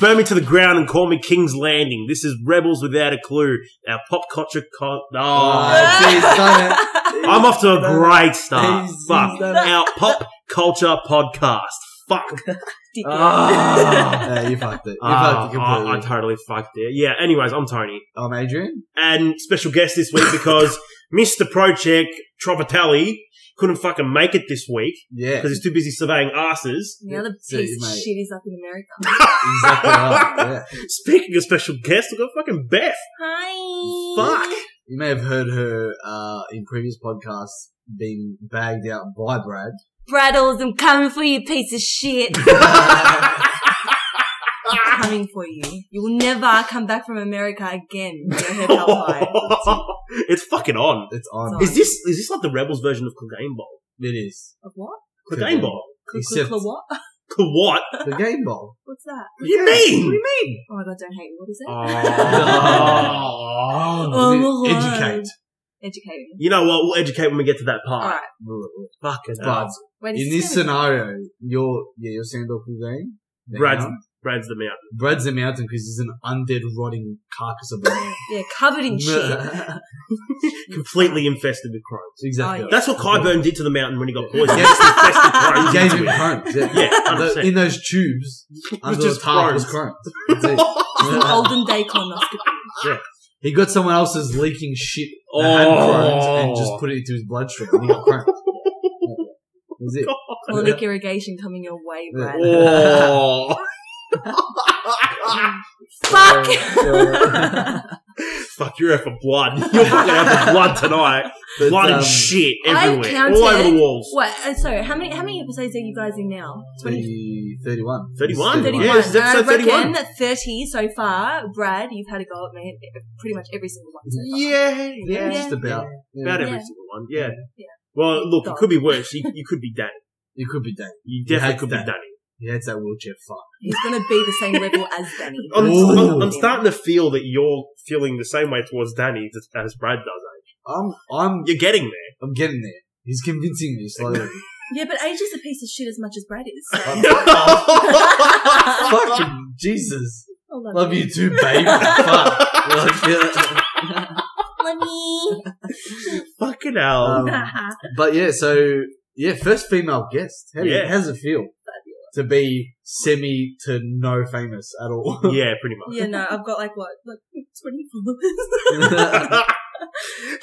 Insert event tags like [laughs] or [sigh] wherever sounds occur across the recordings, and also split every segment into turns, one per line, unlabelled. Burn me to the ground and call me King's Landing. This is Rebels Without a Clue. Our pop culture. Con-
[laughs]
oh,
Oh, he's
[laughs]
done it.
I'm off to a great start.
He's- he's
Fuck.
done it.
Our pop culture podcast. Fuck.
Dickhead.
Ah.
Yeah, you fucked it. You
Ah,
fucked it completely.
I, I totally fucked it. Yeah, anyways, I'm Tony.
I'm Adrian.
And special guest this week because [laughs] Mr. Project Trovatelli couldn't fucking make it this week
Yeah. [laughs]
because he's too busy surveying asses.
[laughs] the other
See,
piece of
mate.
shit is up in America.
Exactly right. Yeah.
Speaking of special guests, we've got fucking Beth.
Hi. [laughs]
Fuck.
You may have heard her uh, in previous podcasts being bagged out by Brad.
Brattles, I'm coming for you, piece
[laughs]
of shit. I'm coming for you. You will never come back from America again.
[laughs]
No [laughs] hair cut pie.
it's fucking on.
It's on.
It's
Is this is this like the Rebels version of Clegane Bowl?
It is.
Of what?
Clegane Bowl. [laughs]
Cl- cl-
Except-
cl- what?
Cl- what?
The game ball.
What's that?
[laughs] What do you mean? oh,
What do you
[laughs]
mean?
Oh my god, don't hate me. What is it?
[laughs] Oh,
Oh, my God.
educate.
Educate me.
you know what? We'll educate when we get to that part.
Alright.
Fucking hell.
But
Wait,
in
is
this
gonna-
scenario, you're yeah, you're Sandor Clegane. the
Brad's,
hound.
Brad's the mountain.
Brad's a mountain because he's an undead, rotting carcass of a man.
Yeah, covered in shit.
Completely infested with crows.
[laughs] exactly.
Oh,
That's what Kyburn did to the mountain when he got
[laughs]
poisoned.
Yes.
He infested
He
crows
gave
into
him
it.
crumbs. Yeah.
Yeah,
The-
100%.
in those tubes under
just
the tarp
crumbs.
was crumbs. That's it.
An Olden
[laughs]
day colonoscopy.
He got someone else's leaking shit
Oh.
that had Crohn's and just put it into his bloodstream and he got Crohn's. That was it.
Colonic irrigation coming your way,
Yeah.
Brad.
Oh.
Fuck!
Yeah.
Fuck, you're out for blood. [laughs] You're fucking out for blood tonight.
But,
Blood
um,
and shit
I
everywhere.
counted-
all over the walls.
Wait, uh, sorry, how many how many episodes are you guys in now? 20,
30, 31.
31.
31.
Yeah, this is
And I
episode 31.
reckon that 30 so far, Brad, you've had a go at me at pretty much every single one so far.
Yeah,
Yeah, just about.
About
Yeah.
every single one, yeah.
Yeah.
Well, look, it could be worse. You, you could be Danny.
It could be Danny.
You
You
definitely
had
could
that.
be Danny.
He had that wheelchair fuck.
He's going to be the same level as Danny.
[laughs] I'm,
Ooh.
I'm, I'm starting to feel that you're feeling the same way towards Danny as- as Brad does. eh?
I'm, I'm,
You're getting
[laughs]
there.
I'm getting there. He's convincing me slowly.
Yeah, but Age is a piece of shit as much as Brad is. so-
Fucking Jesus.
I love,
Love you too, babe. fuck. Like, yeah.
Love you.
Fucking hell.
Um, But yeah, so yeah, first female guest. How do you,
Yeah.
how's it feel to be semi to no famous
[laughs]
at all?
yeah, pretty much.
[laughs] yeah, no, I've got like what, like 20
[laughs]
followers. [laughs] I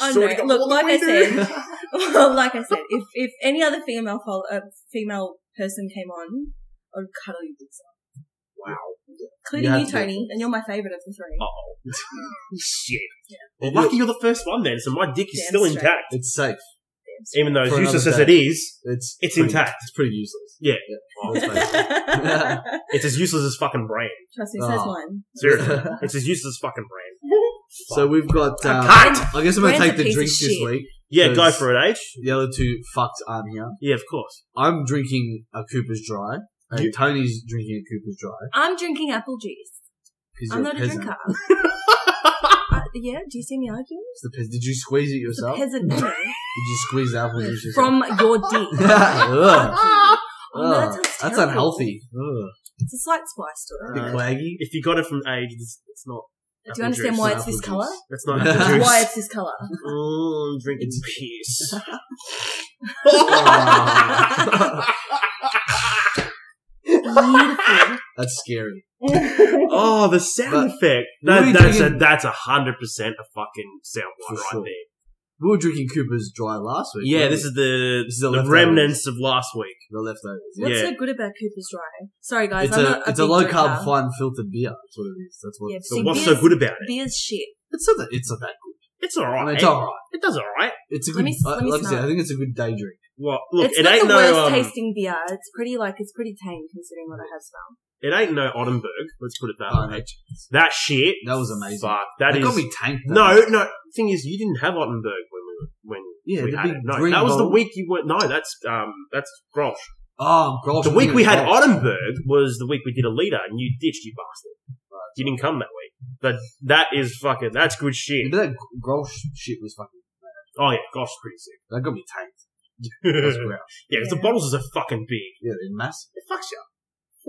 know.
Sorta got
Look,
more than
like I
we do.
said, well, like I said, [laughs] if if any other female follow, uh, female person came on, I would cuddle you.
Wow.
Including
You
you,
have to.
Tony, and you're my favourite of the three.
Oh shit. Well, lucky you're the first one then, so my dick is
Damn
still
straight.
intact,
it's safe.
even though as
For another
useless as
day.
it is.
It's
It's
pretty-
intact.
It's pretty useless.
Yeah.
let's
[laughs]
face it.
It's as useless as fucking brain.
Trust me, says
Oh.
mine.
Seriously,
[laughs]
it's as useless as fucking brain.
so we've got. Um,
Cut.
I guess I'm gonna
Brand's
take
a
the
piece of
drinks this
shit.
week.
Yeah, go
Cause-
for it, H.
The other two fucks aren't here.
Yeah, of course.
I'm drinking a Cooper's Dry. And
You-
Tony's drinking a Cooper's Dry.
I'm drinking apple juice.
'cause
I'm
you're
not a
peasant. [laughs]
drinker. uh, yeah, do you see me arguing?
It's the peasant. Did you squeeze it
It's a
yourself?
peasant woman
Did you squeeze the apple [laughs] juice yourself?
from your [laughs] dick.
[laughs] Ugh.
Oh, no, that
Ugh.
sounds
that's
terrible.
unhealthy. Ugh.
It's a slight spice to it.
Bit
Uh,
[laughs] claggy.
If you got it from age, it's, it's not.
Do you
apple
understand
juice.
why
and
it's this
apple
colour?
juice.
That's
[laughs]
not apple
That's
juice.
Why it's this colour?
[laughs]
Mm, I'm drinking piss.
Aw. [laughs]
Beautiful.
That's scary.
[laughs] oh, the sound
But-
effect.
What are
That,
you
that's a
drinking?
that's a hundred percent a fucking sound
For
one right
sure.
there.
We were drinking Cooper's dry last week.
Yeah,
weren't
this
we?
is the
This is the
the,
leftovers.
remnants of last week.
the leftovers. Yeah.
What's
Yeah.
so good about Cooper's Dry? Sorry, guys,
It's
I'm
a,
not
it's a
big
low
drinker.
carb, fine filtered beer. That's what it is. That's what.
Yeah,
it's
So
See,
all-
what's
beers-
so good about it?
Beer's shit.
It's not that it's not that good.
It's all
I
right.
mean, it's all right.
It does all right.
It's a
Let
good.
me-
uh,
let me
like I said,
smell
I think it's a good day drink.
Well, look,
it's
it
not
ain't
the
no
worst
um,
tasting beer. It's pretty like it's pretty tame considering what I have smelled.
it ain't no Ottenberg. Let's put it that
Oh,
way.
that,
That shit.
that was amazing.
Fuck, that
That
is.
got me tanked. though.
[laughs] no, no. Thing is, you didn't have Ottenberg when we were when
Yeah,
we
the
had
big
it. No,
green
that was the
bowl.
week you went. No, that's um, that's Grosh.
Oh gosh.
The week we had
gosh.
Ottenberg was the week we did Alita, and you ditched, you bastard. You didn't come that week. But that is fucking, that's good shit.
Remember that Grosh shit was fucking.
Oh yeah, gosh, it's pretty sick.
That got me tanked. [laughs]
[laughs]
That's
yeah,
gross.
'cause the
Yeah.
bottles are fucking big.
Yeah, they're massive.
It fucks you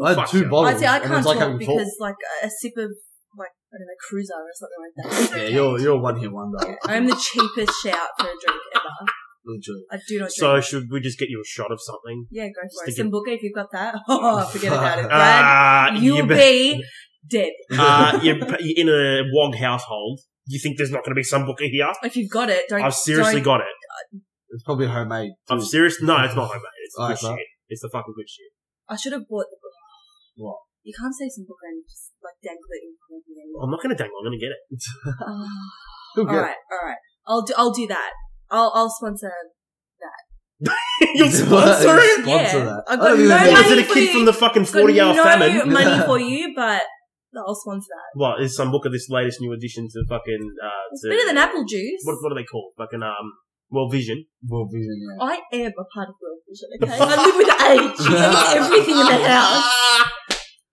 up.
I had
Fuck
two
yeah.
bottles.
I see, I
and it
can't
was Oh, like
talk
having four-
because like a sip of like I don't know cruiser or something like that.
Yeah, you're you're a one hit wonder.
I'm the cheapest shout for a drink ever.
Literally.
I do not drink.
So should we just get you a shot of something?
yeah, go for it.
Stick it-
Sambuca, if you've got that, [laughs] oh, forget about it,
[laughs]
Brad.
Ah,
you'll
you be-
be dead
[laughs]
[laughs]
uh, you're, you're in a wog household. You think there's not going to be some booker here?
if you've got it. Don't.
I've seriously got
don't-
it.
[laughs] It's probably homemade.
I'm serious. No, it's not homemade. It's the
Oh,
good
it's not?
shit. It's the fucking good shit.
I should have bought the book.
What?
You can't say Sambuca and just like dangle it in front of me anymore.
I'm not going to dangle. I'm going to get it. [laughs]
Who
all
cares?
right, all right. I'll do. I'll do that. I'll. I'll sponsor. [laughs]
You'll
[laughs]
sponsor it.
Sponsor
Yeah.
that.
I've
I
got
don't even
no
know.
What, is it a
money for
kid
you.
from the fucking
Got
40 hour
no
famine? [laughs]
money for you, but I'll sponsor that.
What is some book of this latest new addition to fucking? Uh,
It's
to,
better than apple juice.
What, what are they called? Fucking um, World Vision.
World Vision, yeah.
I am a part of World Vision, okay? I live with age. She
[laughs]
eats everything in the house.
Ah!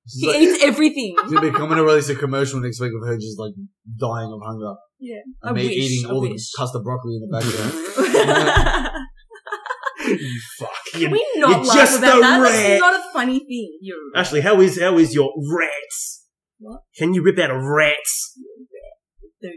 She's
She
like-
eats everything. [laughs]
She's gonna be coming to release a commercial next week of her just like dying of hunger.
Yeah.
And
I
me
wish,
eating
I
all
wish.
the custard broccoli in the background.
Can
you fuck. You-
we not
you
laugh
just
about
a
that?
rat.
That's not a funny thing. You.
Ashley, how is how is your rats?
What?
Can you rip out a rats?
The rat.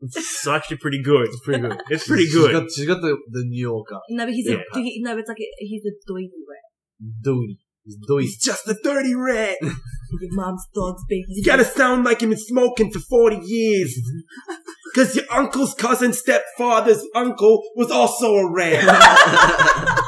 It's actually pretty good.
It's pretty good.
It's [laughs] pretty
She's
good.
got- she's got the, the New Yorker.
No, but he's
Yeah.
a. He, no, but it's like a, he's a doily rat.
Dude. It's
[laughs]
doing.
just a dirty
[laughs]
rat. You
Your mom's dog's baby.
gotta sound like you've been smoking for 40 years. Because your uncle's cousin stepfather's uncle was also a rat.
[laughs]
[laughs]
he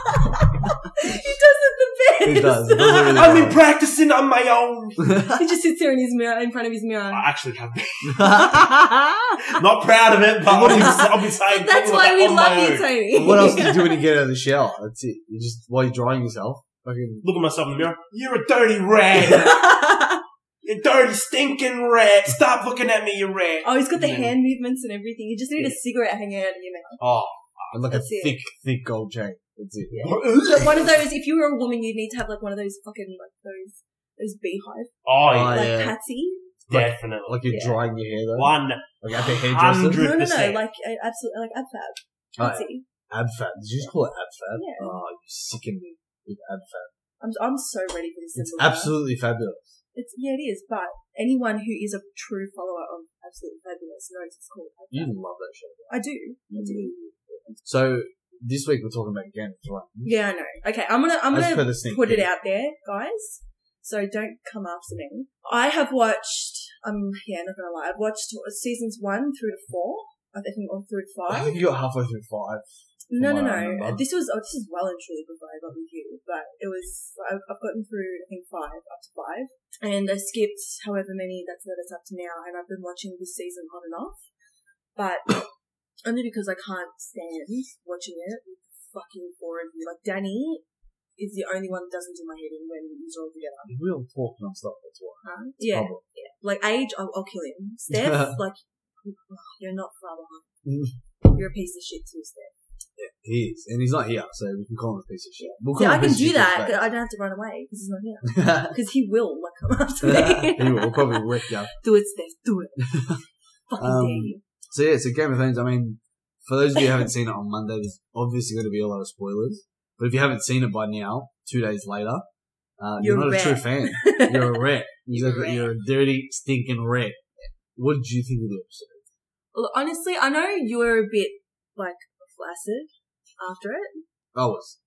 does it the best.
He does. He does it really
I've been practicing on my own.
He just sits there in his mirror, in front of his mirror.
I actually have been.
Ah.
[laughs] That's
Not proud of it, but I'll [laughs] be, I'll be saying something
why
like
we
on my
love you,
own.
Tony. [laughs]
what else do you do when you get out of the shower? That's it. You just, while you're drying yourself, fucking
Look at myself in the mirror. You're a dirty rat.
[laughs]
you dirty stinking rat. Stop looking at me, you rat.
[laughs] oh, he's got the
Yeah.
hand movements and everything. You just need a cigarette hanging out of your mouth.
Oh, and like
That's
a
it.
thick, thick gold chain. That's it.
Like
Oh,
one of those. If you were a woman, you'd need to have like one of those fucking like those those beehive
Oh,
Oh,
yeah.
like
yeah.
patsy.
Definitely.
Like you're
Yeah.
drying your hair though.
One.
Like at the hairdresser.
Hundred-
No, no, no.
100%.
Like uh, absolutely like ab fab
Oh, yeah.
patsy.
Ab fat. Did you just call it ab fat?
Yeah.
Oh, you sickened me with ab fat.
I'm I'm so ready for this.
It's
symbol.
absolutely fabulous.
It's yeah, it is. But anyone who is a true follower of absolutely fabulous knows it's called. Ab
You
Fab.
love that show.
I do. I do.
So this week we're talking about Game of Thrones.
Yeah, I know. Okay, I'm gonna I'm
As per
gonna
the sneak
put it
peek.
out there, guys. So don't come after me. I have watched. Um, yeah, not gonna lie. I've watched seasons one through to four. I think or through to
I
five.
think you got halfway through five.
No, no,
Wow,
no.
number.
This was oh, this is well and truly before I got with you, but it was I've, I've gotten through I think five up to five, and I skipped however many that's that it's up to now, and I've been watching this season on and off, but [coughs] only because I can't stand watching it with the fucking four of you. Like Danny is the only one that doesn't do my head in when you're all together.
We'll talk non-stop. That's why.
Huh? Yeah,
Probably.
like age, I'll, I'll kill him. Steph, like oh, you're not far behind. You're a piece of shit too, Steph.
He is, and he's not here, so we can call him a piece of shit. We'll call
Yeah, I
him a
can
piece of
do
shit
that.
just
'cause I don't have to run away because he's not
[laughs]
here.
back.
Because he will like come after me.
[laughs] he will probably wreck you.
[laughs] do it, Steph.
[laughs]
Do it. Fucking
Um,
dare you.
So yeah, so Game of Thrones. I mean, for those of you who haven't seen it on Monday, there's obviously going to be a lot of spoilers. But if you haven't seen it by now, two days later, uh, you're,
You're
not
a
a true
rat.
fan. You're a rat. You're,
You're a
like, you're a dirty, stinking rat. What did you think of the episode?
[laughs] Well, honestly, I know you were a bit like flaccid after it.
I was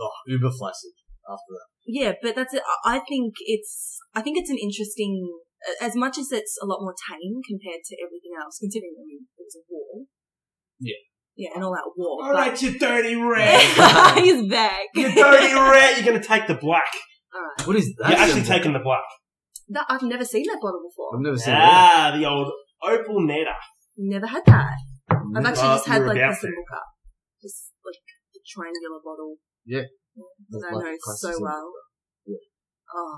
oh, uber flaccid after that.
Yeah, but that's it. I- I think it's. I think it's an interesting. As much as it's a lot more tame compared to everything else, considering I mean it was a war.
Yeah.
Yeah, and all that war.
All right, you dirty rat.
but- [laughs] he's back.
[laughs] you dirty rat. You're going to take the black.
Alright.
What is that?
You're actually
symbol?
taking the black.
That I've never seen that bottle
I've
before.
never seen that.
Ah, the old opal netta.
Never had that. I've
Never.
actually
Uh,
just had
you're
like
about
a
to.
single cup. Just like the triangular bottle.
That's
I
like
know so
classic symbol.
well.
Yeah.
Oh,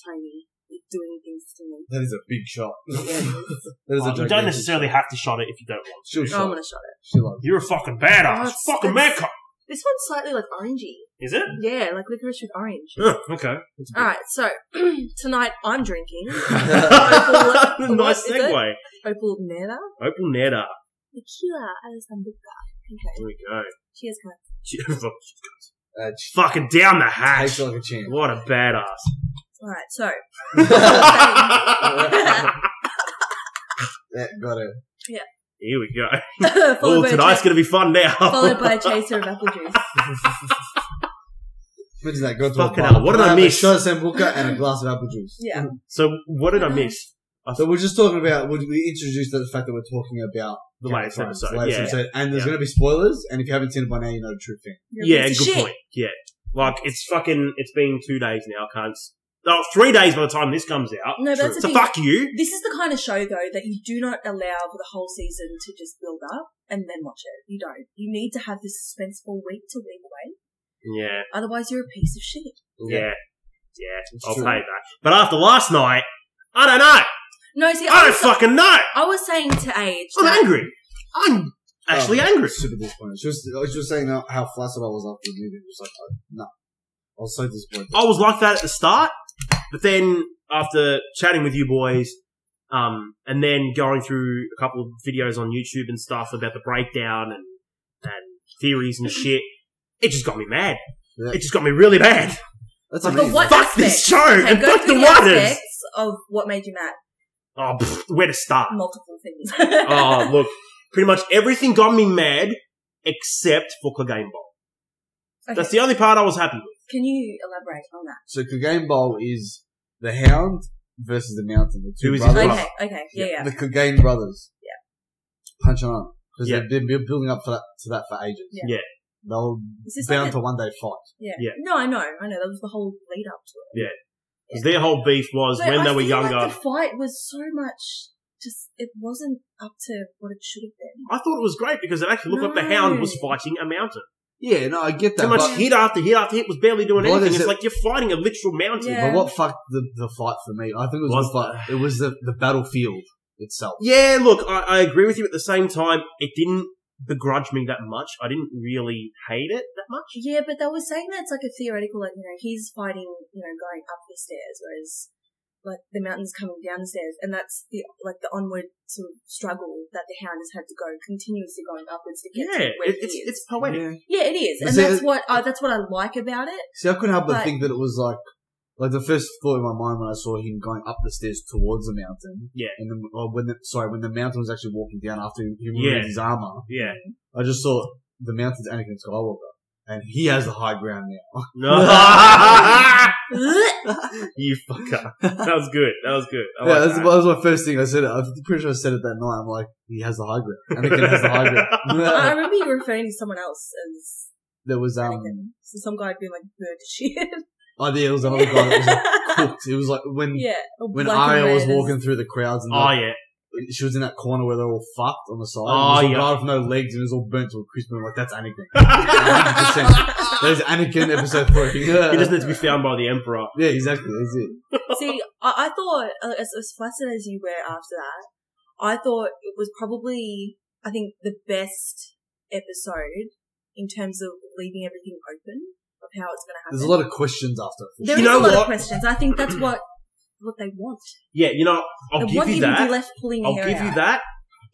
Tony, you're doing things to me.
That is a big shot. [laughs] that is a
Um, you don't
gigantic
necessarily have to shot it if you don't want
She'll
Oh, I'm
shot.
gonna shut it.
She'll like,
to. You're a fucking
Oh,
badass.
it's-
fucking
it's-
mecca.
This one's slightly like orangey.
Is it?
Yeah, like licorice with
[laughs]
orange.
Oh, [laughs] okay. That's a bit-
Alright, so [clears throat] tonight I'm
[laughs]
drinking Opal-
nice
is it?
segue.
Opal Nera
Opal Neda.
Tequila as a vodka. Okay,
There we go.
cheers, guys.
She- Fucking
Uh, ch-
down the hatch.
Tastes like a champ.
[laughs]
[laughs]
What a
[laughs] Alright,
[laughs]
so [laughs]
badass.
yeah, got it.
Here we go.
followed,
Oh,
by a
tonight's
cha-
going to be fun now.
followed by a chaser of apple juice.
Imagine that. Go to
Fucking
a
hell,
bar.
what did I
have a
miss?
Shot of sambuca and a glass of apple juice.
Yeah.
[laughs] so, what did I miss?
So we're just talking about. We we introduced the fact that we're talking about
The latest
Game of Thrones,
episode,
the latest
yeah.
episode, and there's
Yeah.
going to be spoilers. And if you haven't seen it by now, you know the true thing.
You're a
Yeah, good
piece of shit.
point. Yeah. Like, it's fucking, it's been two days now. I can't. s- Oh, three days by the time this comes out.
No, but that's the
so,
thing.
fuck you.
This is the kind of show, though, that you do not allow for the whole season to just build up and then watch it. You don't. You need to have this suspenseful week to week wait.
Yeah,
Otherwise, you're a piece of shit.
yeah, yeah.
It's
I'll
true.
pay that. But after last night, I don't know.
No, see,
I
I
don't
was,
fucking know.
I was saying to Age.
I'm
that-
angry. I'm actually
Oh,
angry.
Super disappointed. She was, I was just saying how, how flaccid I was after the movie. It was like, oh, no, I was so disappointed.
I was like that at the start, but then after chatting with you boys, um, and then going through a couple of videos on YouTube and stuff about the breakdown and and theories and
Mm-hmm.
shit, it just got me mad.
Yeah.
It just got me really mad.
That's
But
amazing.
what
Fuck this
aspect?
show
Okay,
and
go
fuck the
through
writers.
aspects of what made you mad.
Oh, pfft, where to start?
[laughs] Multiple things.
oh, look, pretty much everything got me mad except for Kagame Bowl.
Okay,
That's the only part I was happy with.
Can you elaborate on that?
So Clegane Bowl is the Hound versus the Mountain. The two
Who is his
brothers.
brother?
Okay, okay, yeah, yeah.
The Clegane brothers. Yeah. Punching on. Because
Yeah.
they've been bu- building up for that, to that for ages.
Yeah.
Yeah.
They'll
Is this
bound
like a-
to one day fight.
yeah.
Yeah.
No, I know, I know. That was the whole lead up to it.
'Cause their whole beef was
But
when
I
they were
feel
younger.
Like the fight was so much just it wasn't up to what it should have been.
I thought it was great because it actually looked like the
No.
hound was fighting a mountain.
Yeah, no, I get that.
Too much
but,
hit after hit after hit was barely doing
What
anything.
is
It's
it-
like you're fighting a literal mountain.
Yeah.
but what fucked the, the fight for me? I think it was,
Was
the fight. It was the, the battlefield itself.
Yeah, look, I, I agree with you. At the same time, it didn't begrudge me that much. I didn't really hate it that much.
Yeah, but they were saying that's like a theoretical, like you know, he's fighting, you know, going up the stairs, whereas like the mountain's coming down the stairs, and that's the like the onward sort of struggle that the hound has had to go continuously going upwards to get
Yeah,
to
it,
where
it's
he is.
it's poetic.
Yeah.
yeah, it is,
But
and
see,
that's
it-
what I, that's what I like about
[laughs]
it. [laughs]
See, I couldn't help but
But-
think that it was like, like the first thought in my mind when I saw him going up the stairs towards the mountain.
Yeah.
And then, or when the, sorry, when the mountain was actually walking down after he removed
Yeah.
his armor,
[laughs] Yeah,
I just saw the mountain's Anakin Skywalker. And he has the high ground now.
no,
Blech.
[laughs] you fucker. That was good. That was good. I
yeah,
like
that's,
that.
that was my first thing I said. I'm pretty sure I said it that night. I'm like, he has the high ground. Anakin has the high
I [laughs]
ground.
remember you referring to someone else as
there was, um,
Anakin. So some guy being like bird shit. [laughs]
oh, yeah, it was another guy that was like, cooked. It was like when,
yeah.
when
black and
Arya was
red is-
walking through the crowds and the-
Oh yeah,
she was in that corner where they're all fucked on the side.
Oh,
and it was a
yeah.
guy with no legs and it was all burnt to a crisp. And I'm like,
[laughs]
that's Anakin.
He
That is Anakin episode
[laughs]
four. Yeah,
doesn't need to be found by the emperor.
yeah exactly. That's
[laughs]
it.
See, I, I thought uh, as, as flaccid as you were after that, I thought it was probably I think the best episode in terms of leaving everything open of how it's going to happen.
There's a lot of questions after. it.
There
You
is
know
a lot
what?
of questions. I
[clears throat]
think that's what what they want.
Yeah, you know, I'll
they
give
want
you
you to be
that.
left pulling your
I'll
hair
give you
out.
that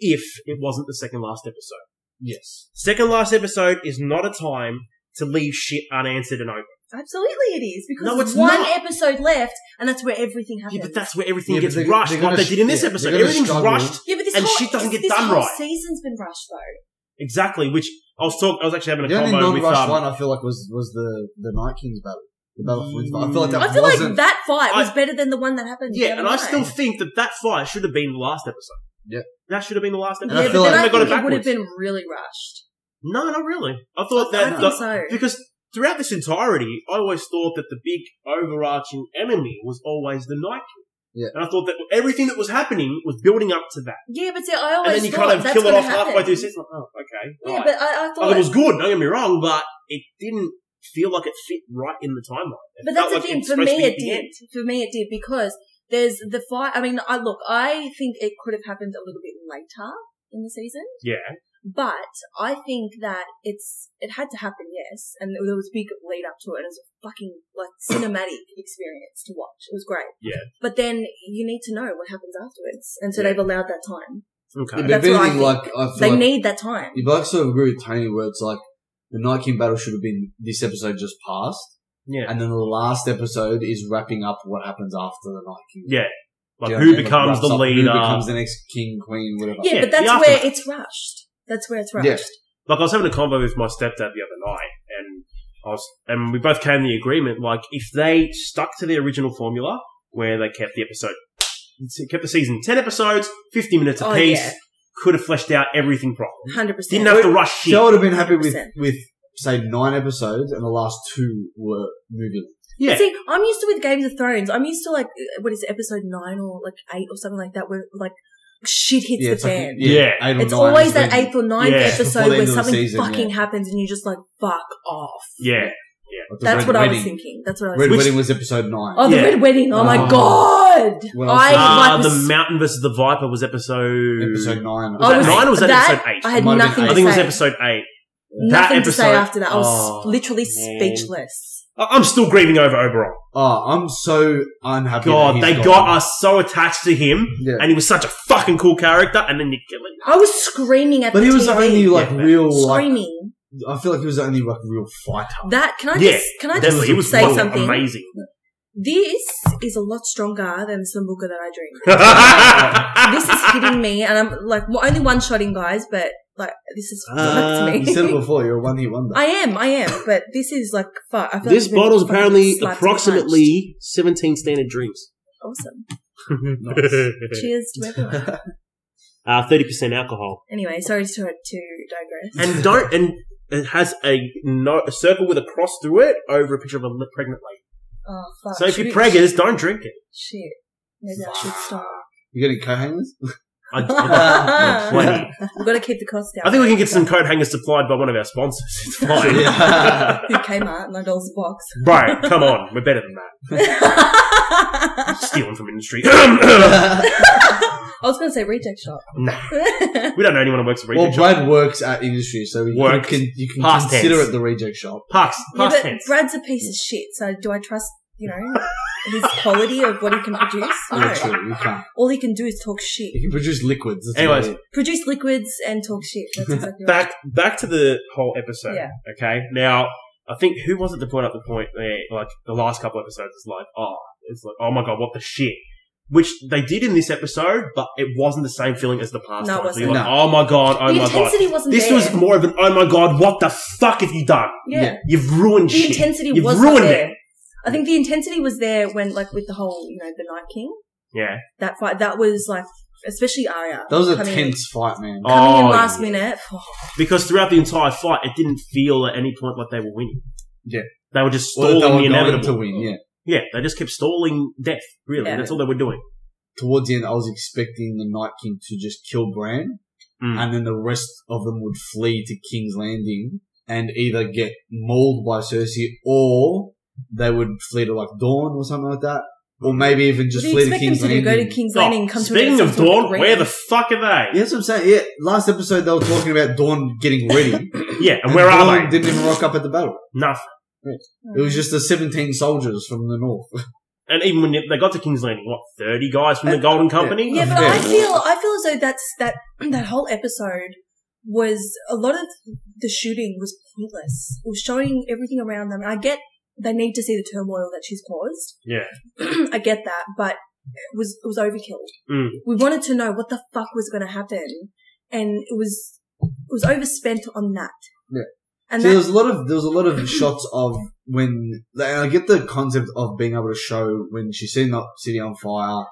if it wasn't the second last episode.
Yes.
Second last episode is not a time to leave shit unanswered and open.
Absolutely, it is because
No,
there's
it's
one
not.
episode left, and that's where everything happens.
Yeah, but that's where everything
Yeah, but
gets
they're-
rushed,
they're
like
gonna
they did in this
sh- yeah,
episode.
they're gonna
Everything's
struggle.
rushed.
Yeah, but this
and
whole,
shit doesn't get
this
done
whole
right.
Season's been rushed though.
Exactly, which I was talking, I was actually having a
The only
combo with,
non-rush one
um,
I feel like was was the the Night King's battle, the battle for Winterfell. I feel like that
I feel
wasn't.
like that fight was
I-
better than the one that happened. the
yeah,
other
and I
night.
still think that that fight should have been the last episode.
Yeah.
That should have been the last
And
episode.
I
yeah,
feel
but then
like-
I
they got
think
it
it would have
backwards.
been really rushed.
No, not really. I thought that,
I
the-
think so.
[laughs] because throughout this entirety, I always thought that the big overarching enemy was always the Night King.
Yeah.
And I thought that everything that was happening was building up to that.
Yeah, but see, I always
And then you
thought
kind of
that's
kill it
gonna
off
happen.
halfway through season. Like, oh, okay.
Yeah,
right.
but I, I
Oh,
thought.
it was good. Don't get me wrong, but it didn't feel like it fit right in the timeline. It
but
felt
that's the
like
thing.
it's
For
supposed to
me,
be
it
at the
did.
end.
For me, it did because there's the fight. I mean, I look. I think it could have happened a little bit later in the season.
Yeah,
But I think that it's it had to happen, yes, and there was a big lead up to it. It was a fucking
[coughs]
like cinematic experience to watch. It was great.
Yeah.
But then you need to know what happens afterwards, and so
Yeah.
they've allowed that time.
Okay.
Yeah, but
That's
if
what I
anything, like,
think.
I feel
They
like,
need that time.
if I sort of agree with Tony where it's like, the Night King battle should have been this episode just passed,
Yeah.
and then the last episode is wrapping up what happens after the Night King.
Yeah. Like
Do you know
who
what I mean?
becomes
wraps
the
up
leader?
Who becomes the next king, queen, whatever.
Yeah,
Yeah,
but
the
that's where
aftermath.
it's rushed. That's where it's rushed.
Yeah.
like I was having a convo with my stepdad the other night, and I was, and we both came to the agreement like if they stuck to the original formula where they kept the episode, kept the season ten episodes, fifty minutes
Oh,
apiece,
yeah.
could have fleshed out everything properly.
Hundred percent.
Didn't have to rush shit.
So I would have been happy with,
100%.
with, say, nine episodes, and the last two were movie.
yeah,
See, I'm used to with Games of Thrones. I'm used to like uh, what is it, episode nine or like eight or something like that, where like shit hits the
it's like-
fan.
Yeah.
eight or
it's
nine
always
is
that
when-
eighth or ninth
Yeah.
episode
Before the
where
end of the
something
season,
fucking happens, and you're just like, "Fuck off."
yeah.
like the
That's
Red
what I was
Wedding.
thinking. That's what I was.
Red
Which-
Wedding was episode nine.
Oh, the
Yeah.
red wedding! Oh my
Oh.
god!
What else?
I
Ah,
like
the
was-
mountain versus the viper was episode.
episode nine.
Was
I
that
was-
nine or was that, episode eight?
I had
Might have been
nothing.
eight.
I
To
think it was
say.
episode eight.
Nothing
that
to say
episode-
after that. I was
Oh,
literally
man.
speechless.
I- I'm still grieving over Oberon.
Oh, I'm so unhappy. that
God,
he's
they
gone.
got us so attached to him,
Yeah.
and he was such a fucking cool character, and then you kill him.
I was screaming at
But
the
he was the
TV.
only like
Yeah, man.
real like.
screaming.
I feel like he was the only like real fighter.
That can I
Yeah,
just can I
Definitely,
just
he was
say
fucking
something?
amazing.
This is a lot stronger than the Sambuca that I drink. [laughs] [laughs] this
this
is
[laughs]
hitting me, and I'm like, well, only one shotting, guys, but like, this is
Uh,
fucked
You said it
me.
before. You're a one hit wonder.
[laughs] I am, I am, but this is like fuck. I feel like
This
I've been
bottle's
fucking
apparently
slapped and
approximately 17 standard drinks.
punched. awesome.
Nice.
Cheers to everyone.
Uh, 30% alcohol.
Anyway, sorry to, to digress.
and don't and it has a, no, a circle with a cross through it over a picture of a li- pregnant lady.
Oh fuck.
so if you're
Should it-
preggers, don't drink
[laughs]
it.
shit. Maybe I should stop.
You getting co-hangers?
I,
We've [laughs]
plenty.
got to keep the cost down.
I think we can get some coat hangers supplied by one of our sponsors.
[laughs]
It's fine,
Yeah.
Kmart, nine dollars a box. [laughs]
bro. Come on, we're better than that. Stealing from
[laughs]
industry. we
well,
I was going to say reject
[laughs]
shop.
Nah.
No.
don't know anyone who works at retail. shop.
Brad works at industry, so you
Works.
can you can
Past
consider
tense.
it the reject shop.
Parks, past
yeah, but
tense.
Brad's a piece of shit. So do I trust you know his quality of what he can produce?
Yeah,
No.
true. You can't.
All he can do is talk shit.
You can produce liquids. That's
Anyways.
about it.
Produce liquids and talk shit. That's exactly right.
back back to the whole episode.
Yeah.
Okay. Now, I think who was it that brought up the point there? Like the last couple episodes is like, oh, it's like, oh my god, what the shit. Which they did in this episode, but it wasn't the same feeling as the past
No, it
time. So you're
wasn't.
like, oh my god, oh
the
my god.
intensity wasn't
This
there.
was more of an oh my god, what the fuck have you done?
yeah.
yeah.
You've ruined
The
shit.
intensity
You've
wasn't
ruined
there.
it.
I think the intensity was there when like with the whole you know the Night King
Yeah.
that fight that was like especially Arya.
That was a
coming-
tense fight, man.
Coming in
Oh,
last
yeah.
minute. Oh,
Because throughout the entire fight, it didn't feel at any point like they were winning.
Yeah.
They were just
Or that they
stalling
were
the
going
inevitable.
to win. Yeah.
Yeah, they just kept stalling death, really.
Yeah.
That's all they were doing.
towards the end, I was expecting the Night King to just kill Bran,
Mm.
and then the rest of them would flee to King's Landing and either get mauled by Cersei or they would flee to like Dawn or something like that, or maybe even just
what do you
flee to
expect them
King's
to do?
Landing.
Go to King's Landing.
Oh,
Come to
speaking
some
of
sort
Dawn,
agreement?
where the fuck are
yeah,
they?
that's what I'm saying. Yeah, last episode they were talking about Dawn getting ready,
[laughs]
and,
Yeah, and where
Dawn
are they?
Didn't even rock up at the battle.
Nothing.
Hmm.
It was just the 17 soldiers from the north.
And even when they got to King's Landing, what thirty guys from the Golden Company?
Yeah, but
Uh, Yeah.
I feel I feel as though that's that [clears throat] that whole episode was a lot of the shooting was pointless. It was showing everything around them. I get they need to see the turmoil that she's caused. [clears throat]
Yeah.
I get that, but it was it was overkill.
Mm.
We wanted to know what the fuck was going to happen, and it was it was overspent on that.
Yeah.
and
so there
that,
was a lot of there was a lot of shots of when and I get the concept of being able to show when she's setting up city on fire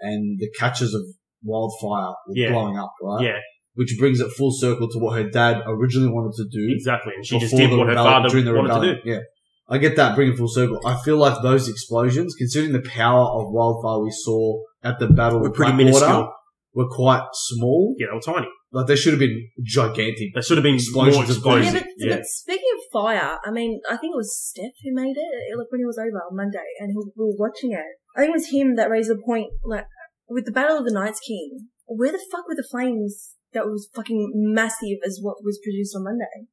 and the catches of wildfire were
Yeah.
blowing up, right?
Yeah.
Which brings it full circle to what her dad originally wanted to do.
exactly. And she just
before
did
the
what her
rebellion-
father
during the
wanted to
rebellion.
do.
Yeah. I get that, bring it full circle. I feel like those explosions, considering the power of wildfire we saw at the Battle
Were
of
pretty
Blackwater,
minuscule.
were quite small.
Yeah, they were tiny.
Like they should have been gigantic.
They should have been
Explosions
more
of
explosive.
Yeah, but,
Yeah.
but speaking of fire, I mean, I think it was Steph who made it. Like when he was over on Monday, and he, we were watching it. I think it was him that raised the point, like with the Battle of the Knights King. Where the fuck were the flames that was fucking massive as what was produced on Monday.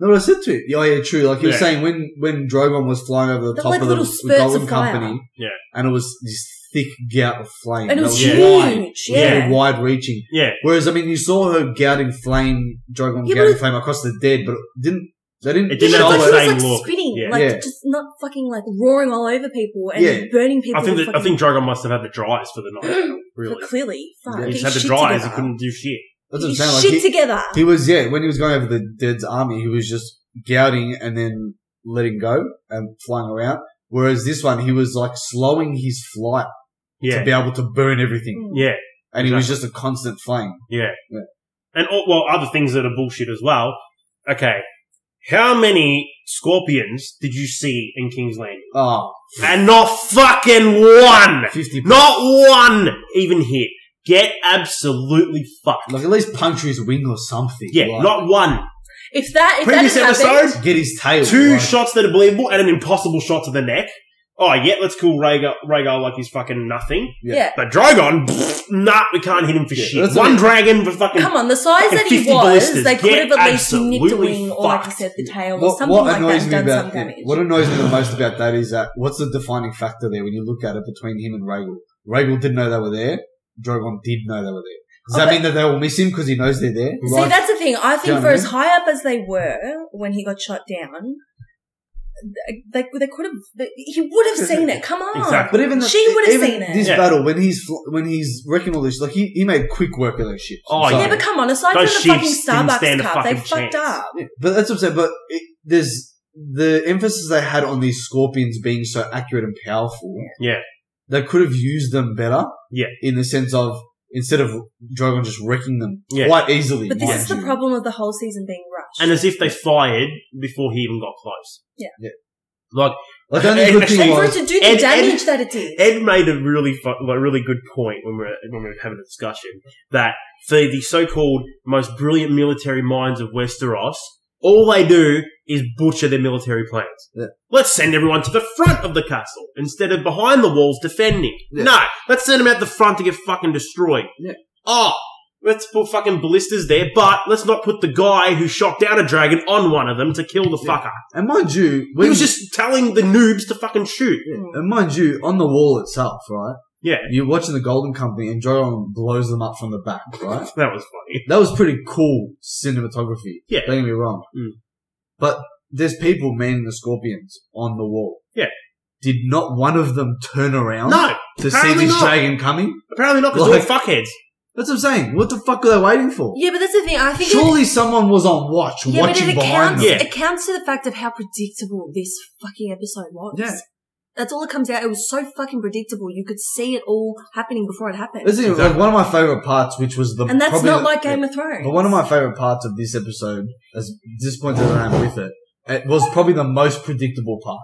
No, but I said to it. Yeah, yeah, true. Like you were
Yeah.
saying, when when Drogon was flying over the
They're
top
like
of the
little
the
spurts
Golden
of fire.
Company,
Yeah.
and it was this thick gout of flame,
And it
That
was
yeah.
wide.
huge.
It was
Yeah.
very wide-reaching.
Yeah,
Whereas, I mean, you saw her gouting flame, Drogon
Yeah, but
gouting
it-
flame across the dead, but it didn't they didn't,
It didn't
show
have
like,
the
it.
she was
same
like
look.
spitting,
Yeah.
like
Yeah.
just not fucking like roaring all over people and
Yeah.
burning people.
I think
with
that, I
fucking-
think Drogon must have had the dries for
[gasps]
the night. Really,
But clearly, fuck,
Yeah.
he
get
just had
your
the
shit
dries. He
together.
couldn't do shit.
That's
Get
what I'm
your
saying. Like,
shit
he-
together.
He was, yeah, when he was going over the dead's army, he was just gouting and then letting go and flying around. Whereas this one, he was like slowing his flight to
Yeah,
be able to burn everything.
Mm.
yeah,
And he was just a constant flame.
yeah,
Yeah.
and all, well, other things that are bullshit as well. Okay, how many scorpions did you see in King's Landing?
Oh,
And not fucking one,
50
not one even hit. Get absolutely fucked.
Like at least puncture his wing or something.
Yeah,
like,
not one.
If that if
Previous
that had
episode,
happened,
get his tail.
Two
like-
shots that are believable and an impossible shot to the neck. Oh yeah, let's kill Rhaegar, Rhaegar like he's fucking nothing.
yeah.
yeah.
But Drogon, pfft, nah, we can't hit him for
Yeah,
shit.
that's what
One
it-
dragon for fucking.
Come on, the size
fucking
that he
50
was,
ballistas
they could
get
have at least nipped a
absolutely
wing or, like I
fucked.
said, the tail or
What,
something
what
like that
annoys
and
me
done some
about
damage.
what annoys me the most about that is that what's the defining factor there when you look at it between him and Rhaegal? Rhaegal didn't know they were there. Drogon did know they were there. Does that
Okay.
mean that they will miss him because he knows they're there?
See, that's the thing.
Do you know
I think for
what I
as
mean?
high up as they were when he got shot down, th- they, they could have. They, he would have seen it. Come on.
Exactly.
but even the,
She would have
even
seen it.
This
Yeah.
battle when he's fl- when he's wrecking all this, like he, he made quick work of those ships.
Oh,
I'm sorry.
Yeah, but come on. Aside
Those
from the fucking
sheeps didn't stand
Starbucks
a
cup, they
fucking chance.
fucked up.
Yeah, but that's what I'm saying. But it, there's the emphasis they had on these scorpions being so accurate and powerful.
Yeah.
they could have used them better.
Yeah.
in the sense of instead of Drogon just wrecking them
Yeah.
quite easily.
But this
mind
is the
you.
problem of the whole season being rushed.
And as if they fired before he even got close.
Yeah.
Yeah.
Like
Like
[laughs]
the only good thing
and for it
was
to do the
and- and-
damage that it did.
Ed made a really fu- like, really good point when we were when we were having a discussion that for the so-called most brilliant military minds of Westeros, all they do is butcher their military plans.
Yeah.
Let's send everyone to the front of the castle instead of behind the walls defending.
Yeah.
No, let's send them out the front to get fucking destroyed.
Yeah.
Oh, let's put fucking ballistas there, but let's not put the guy who shot down a dragon on one of them to kill the
Yeah.
fucker.
and mind you,
he
when,
was just telling the noobs to fucking shoot.
and mind you, on the wall itself, right?
Yeah,
You're watching the Golden Company and Drogon blows them up from the back, right?
that was funny.
That was pretty cool cinematography.
Yeah.
Don't get me wrong.
Mm.
But there's people manning the scorpions on the wall.
Yeah.
Did not one of them turn around
No,
to see
apparently
this
not.
dragon coming?
apparently not because
Like-
they're all fuckheads.
That's what I'm saying. What the fuck are they waiting for?
Yeah, but that's the thing. I think it,
Surely someone was on watch,
yeah, but
watching
it
behind
accounts
them.
Yeah.
it accounts to the fact of how predictable this fucking episode was.
Yeah.
That's all it comes out. It was so fucking predictable. You could see it all happening before it happened.
This is like
Exactly.
one of my favorite parts, which was the
and that's
probably
not
the-
like Game of Thrones.
But one of my favorite parts of this episode, as disappointed as I am with it, it was probably the most predictable part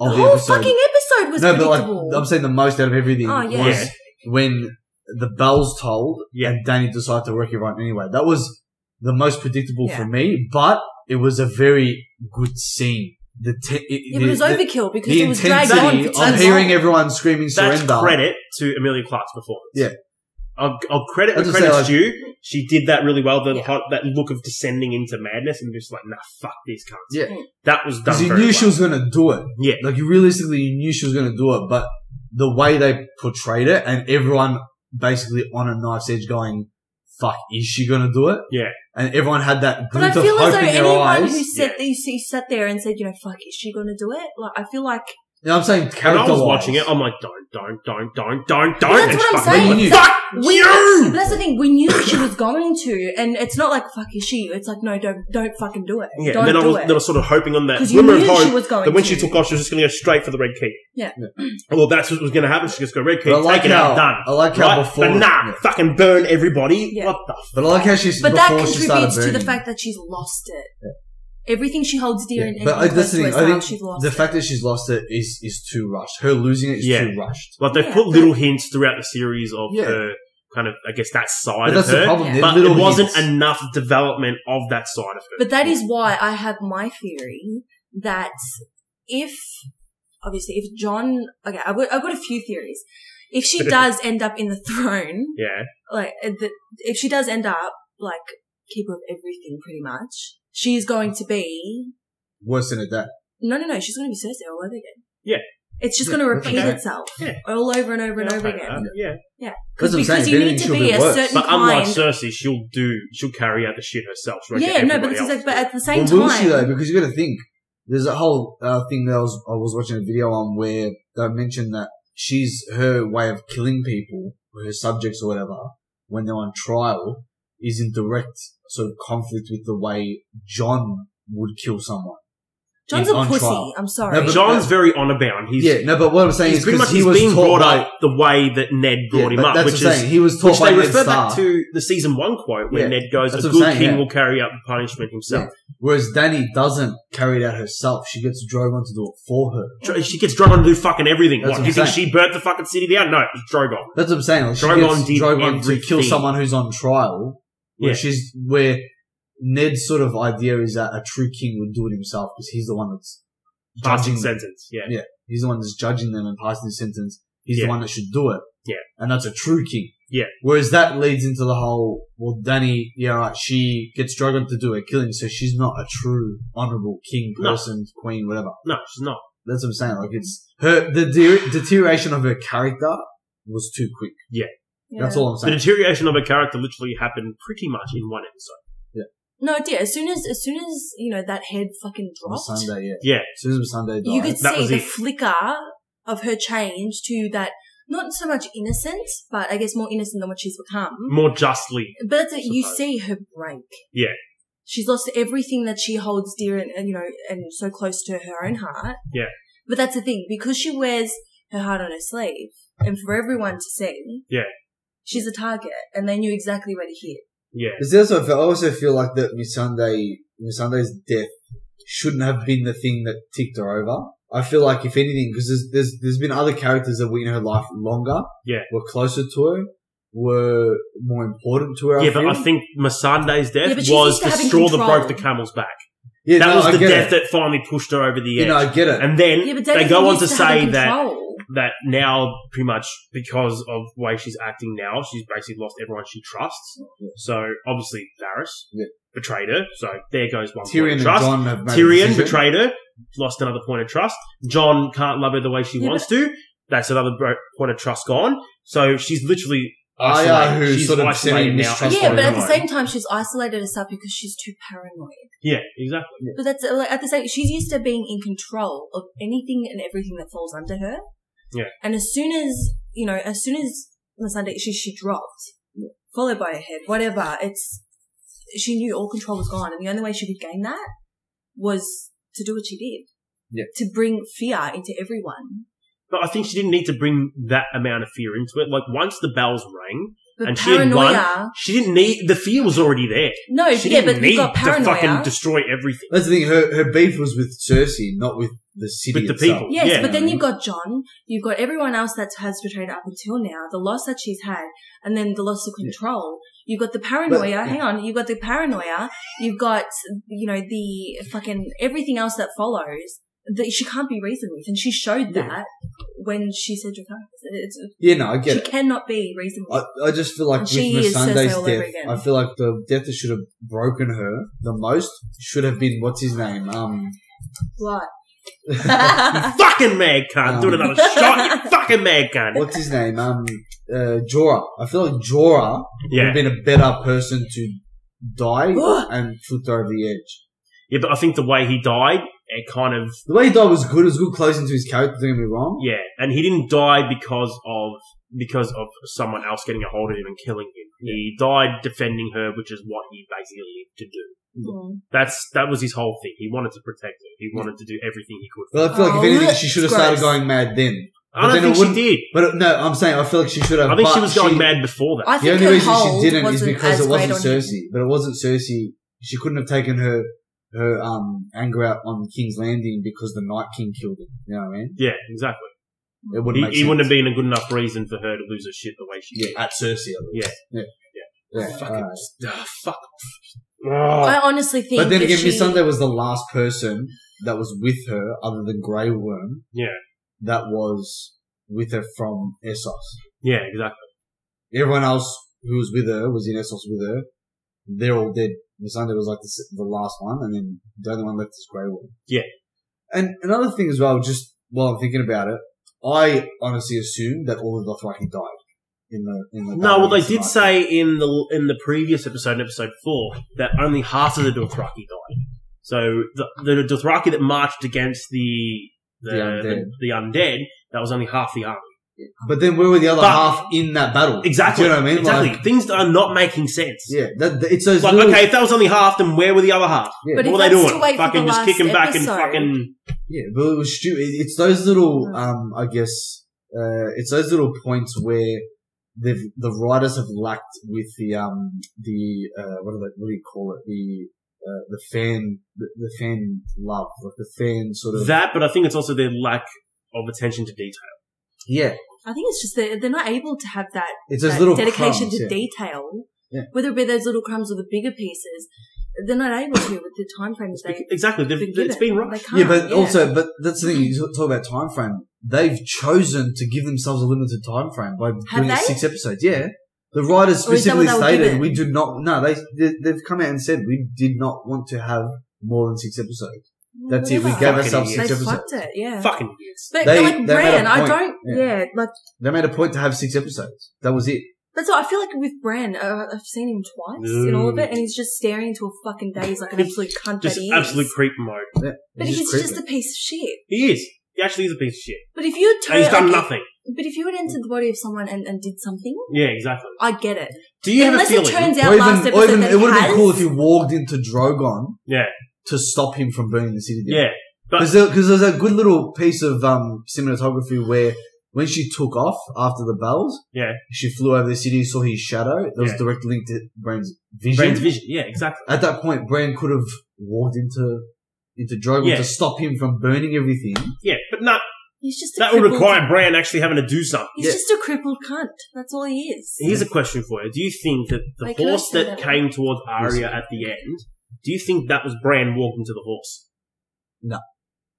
the
of the,
whole
episode.
fucking episode was predictable.
but like I'm saying the most out of everything
Oh, yeah.
was
Yeah.
when the bells tolled
Yeah.
and Danny decided to work everyone anyway. That was the most predictable
Yeah.
for me, but it was a very good scene. The te- it,
yeah, but it was
the, the-
overkill because
the
it was dragged on
intensity
for too
of hearing
long.
everyone screaming
That's
surrender.
credit to Amelia Clark's performance.
Yeah.
I'll, I'll credit
That's
where
what I'm
credit's due. She did that really well. The
Yeah.
hot, that look of descending into madness and just like, nah, fuck these cunts.
Yeah.
That was done.
Because you
very
knew
well.
she was going to do it.
Yeah.
Like, you realistically, you knew she was going to do it, but the way they portrayed it and everyone basically on a knife's edge going, fuck, is she going to do it?
Yeah.
And everyone had that
But I
glint of
feel as
hope
though
in their
anyone
eyes.
who
Yeah.
sat, who who sat there and said, you know, fuck, is she going to do it? Like, I feel like
You know what I'm saying?
When I
Character
was watching it, I'm like, don't, don't, don't, don't, don't, don't.
Well, that's
And
what I'm
fucking
saying.
went,
You-
Fuck
We-
you!
Hmm.
But that's the thing. We knew she was going to, and it's not like fuck is she. It's like no, don't don't fucking do it.
Yeah,
don't
and then I
do
was,
it.
then I was sort of hoping on that
because you
glimmer of
knew she
hope
was going.
that when
to.
she took off, she was just going to go straight for the red key.
Yeah.
Well, that's what was going to happen. She just go red key,
But I like
take it
how,
out, done.
I like how
Right?
before.
but nah,
yeah.
fucking burn everybody.
Yeah.
What the f-
But I like how she's.
but that
before she started
contributes to the
burning.
fact that she's lost it. Everything she holds dear
Yeah.
and
But I,
everything
that's
close
the
to
thing. I think
herself, she's lost.
the
it.
fact that she's lost it is is too rushed. Her losing it is
Yeah.
too rushed.
Like they've
Yeah,
put
but-
little hints throughout the series of
Yeah.
her kind of, I guess, that side
But that's
of her.
the problem.
Yeah.
they're
but
little
it wasn't
hints.
enough development of that side of her.
But that is why I have my theory that if, obviously, if John, okay, I've got, I've got a few theories.
[laughs]
If she does end up in the throne,
yeah,
like uh, the, if she does end up, like keeper of everything pretty much. She's going to be
Worse than a day.
no, no, no. She's going to be Cersei all over again.
Yeah.
It's just
Yeah,
going to
that's
repeat
okay.
itself
Yeah.
all over and over and over
Okay, uh,
again.
yeah.
That's what I'm saying.
because
If
you need
anything,
to
she'll
be a
worse.
certain
But unlike
kind.
Cersei, she'll do, she'll carry out the shit herself. she won't
Yeah,
get
no, but
everybody
this is
else
like, but
to do
at the same
well, will
time,
she though? Because you got to think. There's a whole uh, thing that I was I was watching a video on where they mentioned that she's her way of killing people, or her subjects or whatever, when they're on trial, is in direct sort of conflict with the way John would kill someone.
John's
He's
a
on
pussy.
trial.
I'm
No,
sorry.
it.
but-
John's very honor bound. He's,
yeah, no, but what I'm saying
he's
is
pretty
because
much
he
he's
was
being
taught
brought
by,
up the way that Ned brought
yeah,
him
but
up,
that's
which
what I'm
is
saying. he was
which
taught by
they
Ned
refer
Stark.
back to the season one quote where
Yeah,
Ned goes, "A
that's
good
what I'm saying,
king
yeah.
will carry out the punishment himself."
Whereas Danny doesn't carry it out herself. She gets Drogon to do it for her.
Dro- She gets Drogon to do fucking everything.
That's
What,
what
you
I'm
think
saying.
she burnt the fucking city down? No, it's Drogon.
That's what I'm saying. Like, she
Drogon
gets
did
Drogon to kill
everything.
someone who's on trial. Where
Yeah.
she's where Ned's sort of idea is that a true king would do it himself because he's the one that's
Passing
judging.
sentence. Yeah.
Yeah. He's the one that's judging them and passing the sentence. He's
Yeah.
the one that should do it.
Yeah.
and that's a true king.
Yeah.
Whereas that leads into the whole well, Danny, yeah, right. She gets Drogon to do her killing, so she's not a true honorable king,
No.
person, queen, whatever.
No, she's not.
That's what I'm saying. Like it's her the de- deterioration of her character was too quick.
Yeah.
That's all I'm
The
saying.
deterioration of her character literally happened pretty much in one episode.
No, dear. As soon as, as soon as you know that head fucking
On
dropped,
Sunday, yeah.
Yeah.
Susan Sunday died.
you could
That
see
was
the
it.
flicker of her change to that. Not so much innocent, but I guess more innocent than what she's become.
More justly.
But that's it. You
Suppose.
see her break.
Yeah.
She's lost everything that she holds dear and, and, you know, and so close to her own heart.
Yeah.
But that's the thing, because she wears her heart on her sleeve and for everyone to see.
Yeah.
She's a target and they knew exactly where to hit.
Yeah.
It's also, I also feel like that Miss Sunday, Miss Sunday's death shouldn't have been the thing that ticked her over. I feel like if anything, because there's, there's there's been other characters that were in her life longer,
Yeah.
were closer to her, were more important to her.
Yeah, but
feel.
I think Masande's
Yeah,
death
but she's
was
used to
the
having
straw that
control.
broke the camel's back.
yeah,
That
no,
was
I
the
get
death
it.
that finally pushed her over the
You
edge.
know, I get it.
and then
Yeah, but
they
David
go on
used
to
have
say
the
that
control.
that now pretty much because of the way she's acting now, she's basically lost everyone she trusts.
Yeah.
So obviously Varys
Yeah.
betrayed her. So there goes one
Tyrion
point
and
of trust.
John have made a
Tyrion
decision.
betrayed her, lost another point of trust. John can't love her the way she
Yeah,
wants to. That's another bro- point of trust gone. So she's literally
Arya,
isolated.
who
she's
sort of
isolated now.
semi-mistrusts
She's
Yeah, but at the
alone.
same time, she's isolated herself because she's too paranoid.
yeah, exactly.
But that's uh, like, at the same, she's used to being in control of anything and everything that falls under her.
Yeah.
And as soon as you know, as soon as Masande she she dropped, followed by her head, whatever. It's she knew all control was gone, and the only way she could gain that was to do what she did.
Yeah.
To bring fear into everyone.
But I think she didn't need to bring that amount of fear into it. Like once the bells rang,
But
And she had one-
paranoia.
she didn't need the fear was already there.
no,
She
Oh, yeah,
didn't
but
need
you got
to fucking
paranoia.
destroy everything.
That's the thing. Her her beef was with Cersei, not with the city.
With the
itself.
people.
Yes,
Yeah.
but then you've got John, you've got everyone else that has betrayed her up until now, the loss that she's had, and then the loss of control. You've got the paranoia,
But-
hang on, you've got the paranoia, you've got, you know, the fucking everything else that follows that she can't be reasoned with. And she showed
Yeah.
that when she said to her, it's,
Yeah, no, I get
she
it.
cannot be reasoned with.
I, I just feel like
And
with
she is Cersei
Missandei's
all over
death,
again.
I feel like the death that should have broken her the most should have been what's his name? Um,
Right.
[laughs]
Hmm.
You fucking mad cunt.
Um.
Doing another shot.
[laughs]
You fucking mad cunt.
what's his name? Um, uh, Jorah. I feel like Jorah would
Yeah.
have been a better person to
[gasps]
die
Ugh.
and flipped her over the edge.
Yeah, but I think the way he died, it kind of,
The way he died was good. It was good closing to his character. Don't get me wrong.
yeah. And he didn't die because of, because of someone else getting a hold of him and killing him. He died defending her, which is what he basically lived to do.
Mm.
That's, that was his whole thing. He wanted to protect her. He wanted to do everything he could. for her.
But I feel like
Oh,
if anything,
look,
she should have
it's
started
gross.
going mad then.
I
But
don't
then
think
it
she
wouldn't-
did.
But uh, no, I'm saying I feel like she should have.
I think she
but
was going mad before that.
I
The
think
only
her
reason
hold
she didn't is
wasn't
because
as
it wasn't
great on him.
Cersei. But it wasn't Cersei. She couldn't have taken her her um anger out on King's Landing because the Night King killed him. You know what I mean?
yeah, exactly.
It wouldn't
He,
make
he
sense.
wouldn't have been a good enough reason for her to lose her shit the way she did.
yeah, at Cersei. at least. Yeah, yeah, yeah.
Fucking,
alright.
ah, fuck. Ah.
I honestly think.
But then
if
again,
she-
Miss Sunday was the last person that was with her, other than Grey Worm.
Yeah.
that was with her from Essos.
Yeah, exactly.
Everyone else who was with her was in Essos with her. they're all dead. The Sunday was like the, s- the last one, and then the only one left is Grey Worm.
Yeah.
And another thing as well, just while I'm thinking about it, I honestly assumed that all of the fucking died in the in the.
No, well, they
Dark Knight.
did say in the in the previous episode, in episode four, that only half of the Dothraki died. So the, the Dothraki that marched against the the,
The undead.
the, the undead, that was only half the army.
But then where were the other
But-
half in that battle?
Exactly.
Do you know what I mean?
Exactly.
Like,
Things that are not making sense.
yeah, that, that- it's those.
Like,
little,
okay, if that was only half, then where were the other half?
Yeah.
But if
what were they
that's
doing?
to wait for
Fucking
the
just
last
kicking back and
episode.
fucking.
Yeah, but it was stupid. It's those little,
Mm.
um, I guess, uh, it's those little points where they've, the writers have lacked with the, um, the, uh, what do they, what do you call it? The, uh, the fan, the, the fan love, like the fan sort of.
That, but I think it's also their lack of attention to detail.
yeah,
I think it's just that they're not able to have that,
it's those
that
little
dedication
crumbs,
to
yeah.
detail.
Yeah.
Whether it be those little crumbs or the bigger pieces, they're not able to with the time frames they.
Exactly. They've,
been
it's been
given.
rushed.
They can't,
Yeah, but also, but that's the thing. You talk about time frame. They've chosen to give themselves a limited time frame by doing
they?
six episodes. Yeah, the writers
Or is that what
specifically
they were
stated
given?
we do not. No, they they- they've come out and said we did not want to have more than six episodes. That's it. We
Whatever.
gave
Fucking
ourselves
They
six
fucked
episodes.
it, yeah.
Fucking idiots.
But
They-
like
they made a
Bran, I
point,
don't.
yeah.
Yeah, like
They made a point to have six episodes. That was it.
that's what I feel like with Bran. Uh, I've seen him twice in all of it, and he's just staring into a fucking day. He's like an absolute cunt.
Just
that he is.
absolute creep mode.
Yeah,
But
it's
he's
just
just,
creepy.
a piece of shit.
He is. He actually is a piece of shit.
But if you
And he's done
like,
nothing.
But if you had entered the body of someone and, and did something,
Yeah, exactly.
I get it.
Do you
Unless
have a
it
feeling?
turns out
Or
last
even,
episode
or even
that
it would have
has,
been cool if you walked into Drogon.
Yeah.
To stop him from burning the city down.
yeah. But-
Because there, 'cause there's a good little piece of um, cinematography where when she took off after the bells,
Yeah.
she flew over the city, saw his shadow. That was
Yeah.
a direct link to Bran's vision.
Brain's vision. Yeah, exactly.
At that point, Bran could have walked into into Drogon
Yeah.
to stop him from burning everything.
Yeah, but no,
he's just a
that would
crippled-
require Bran actually having to do something.
He's
yeah.
just a crippled cunt. That's all he is.
Here's a question for you: Do you think that the
Wait, can I
horse
say
that
that?
came towards Arya at the end? Do you think that was Bran walking to the horse,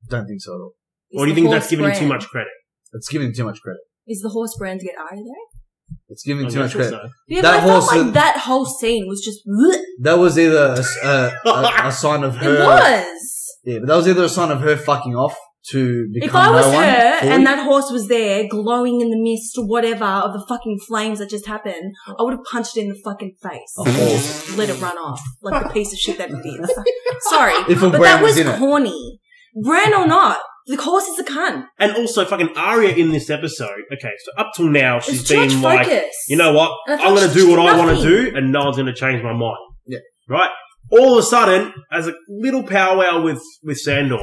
Don't think so at all.
He's
or do you
the
think that's
horse
giving him too
Bran.
much credit?
It's giving him too much credit.
Is the horse brand to get Arya there?
It's giving him
I'm
too
not
much
sure
credit.
so.
Yeah,
That
but I felt
horse-
like that whole scene was just. [laughs] It
That was either a, s-
[laughs]
a- a- a sign of her.
was.
Yeah, but that was either a sign of her fucking off to become
If I was
no one
her
fully.
and that horse was there, glowing in the mist or whatever of the fucking flames that just happened, I would have punched it in the fucking face.
A horse.
Just let it run off like the piece of shit that it is.
[laughs]
Sorry,
If a
but
brand
that
was
was
in it.
corny. Bran or not, the horse is a cunt.
And also, fucking Arya in this episode. Okay, so up till now she's
It's too much
been like,
focus.
you know what?
And I thought
I'm going to
she
do
did
what I want to
nothing.
do, and no one's going to change my mind.
Yeah.
Right. All of a sudden, as a little powwow with with Sandor,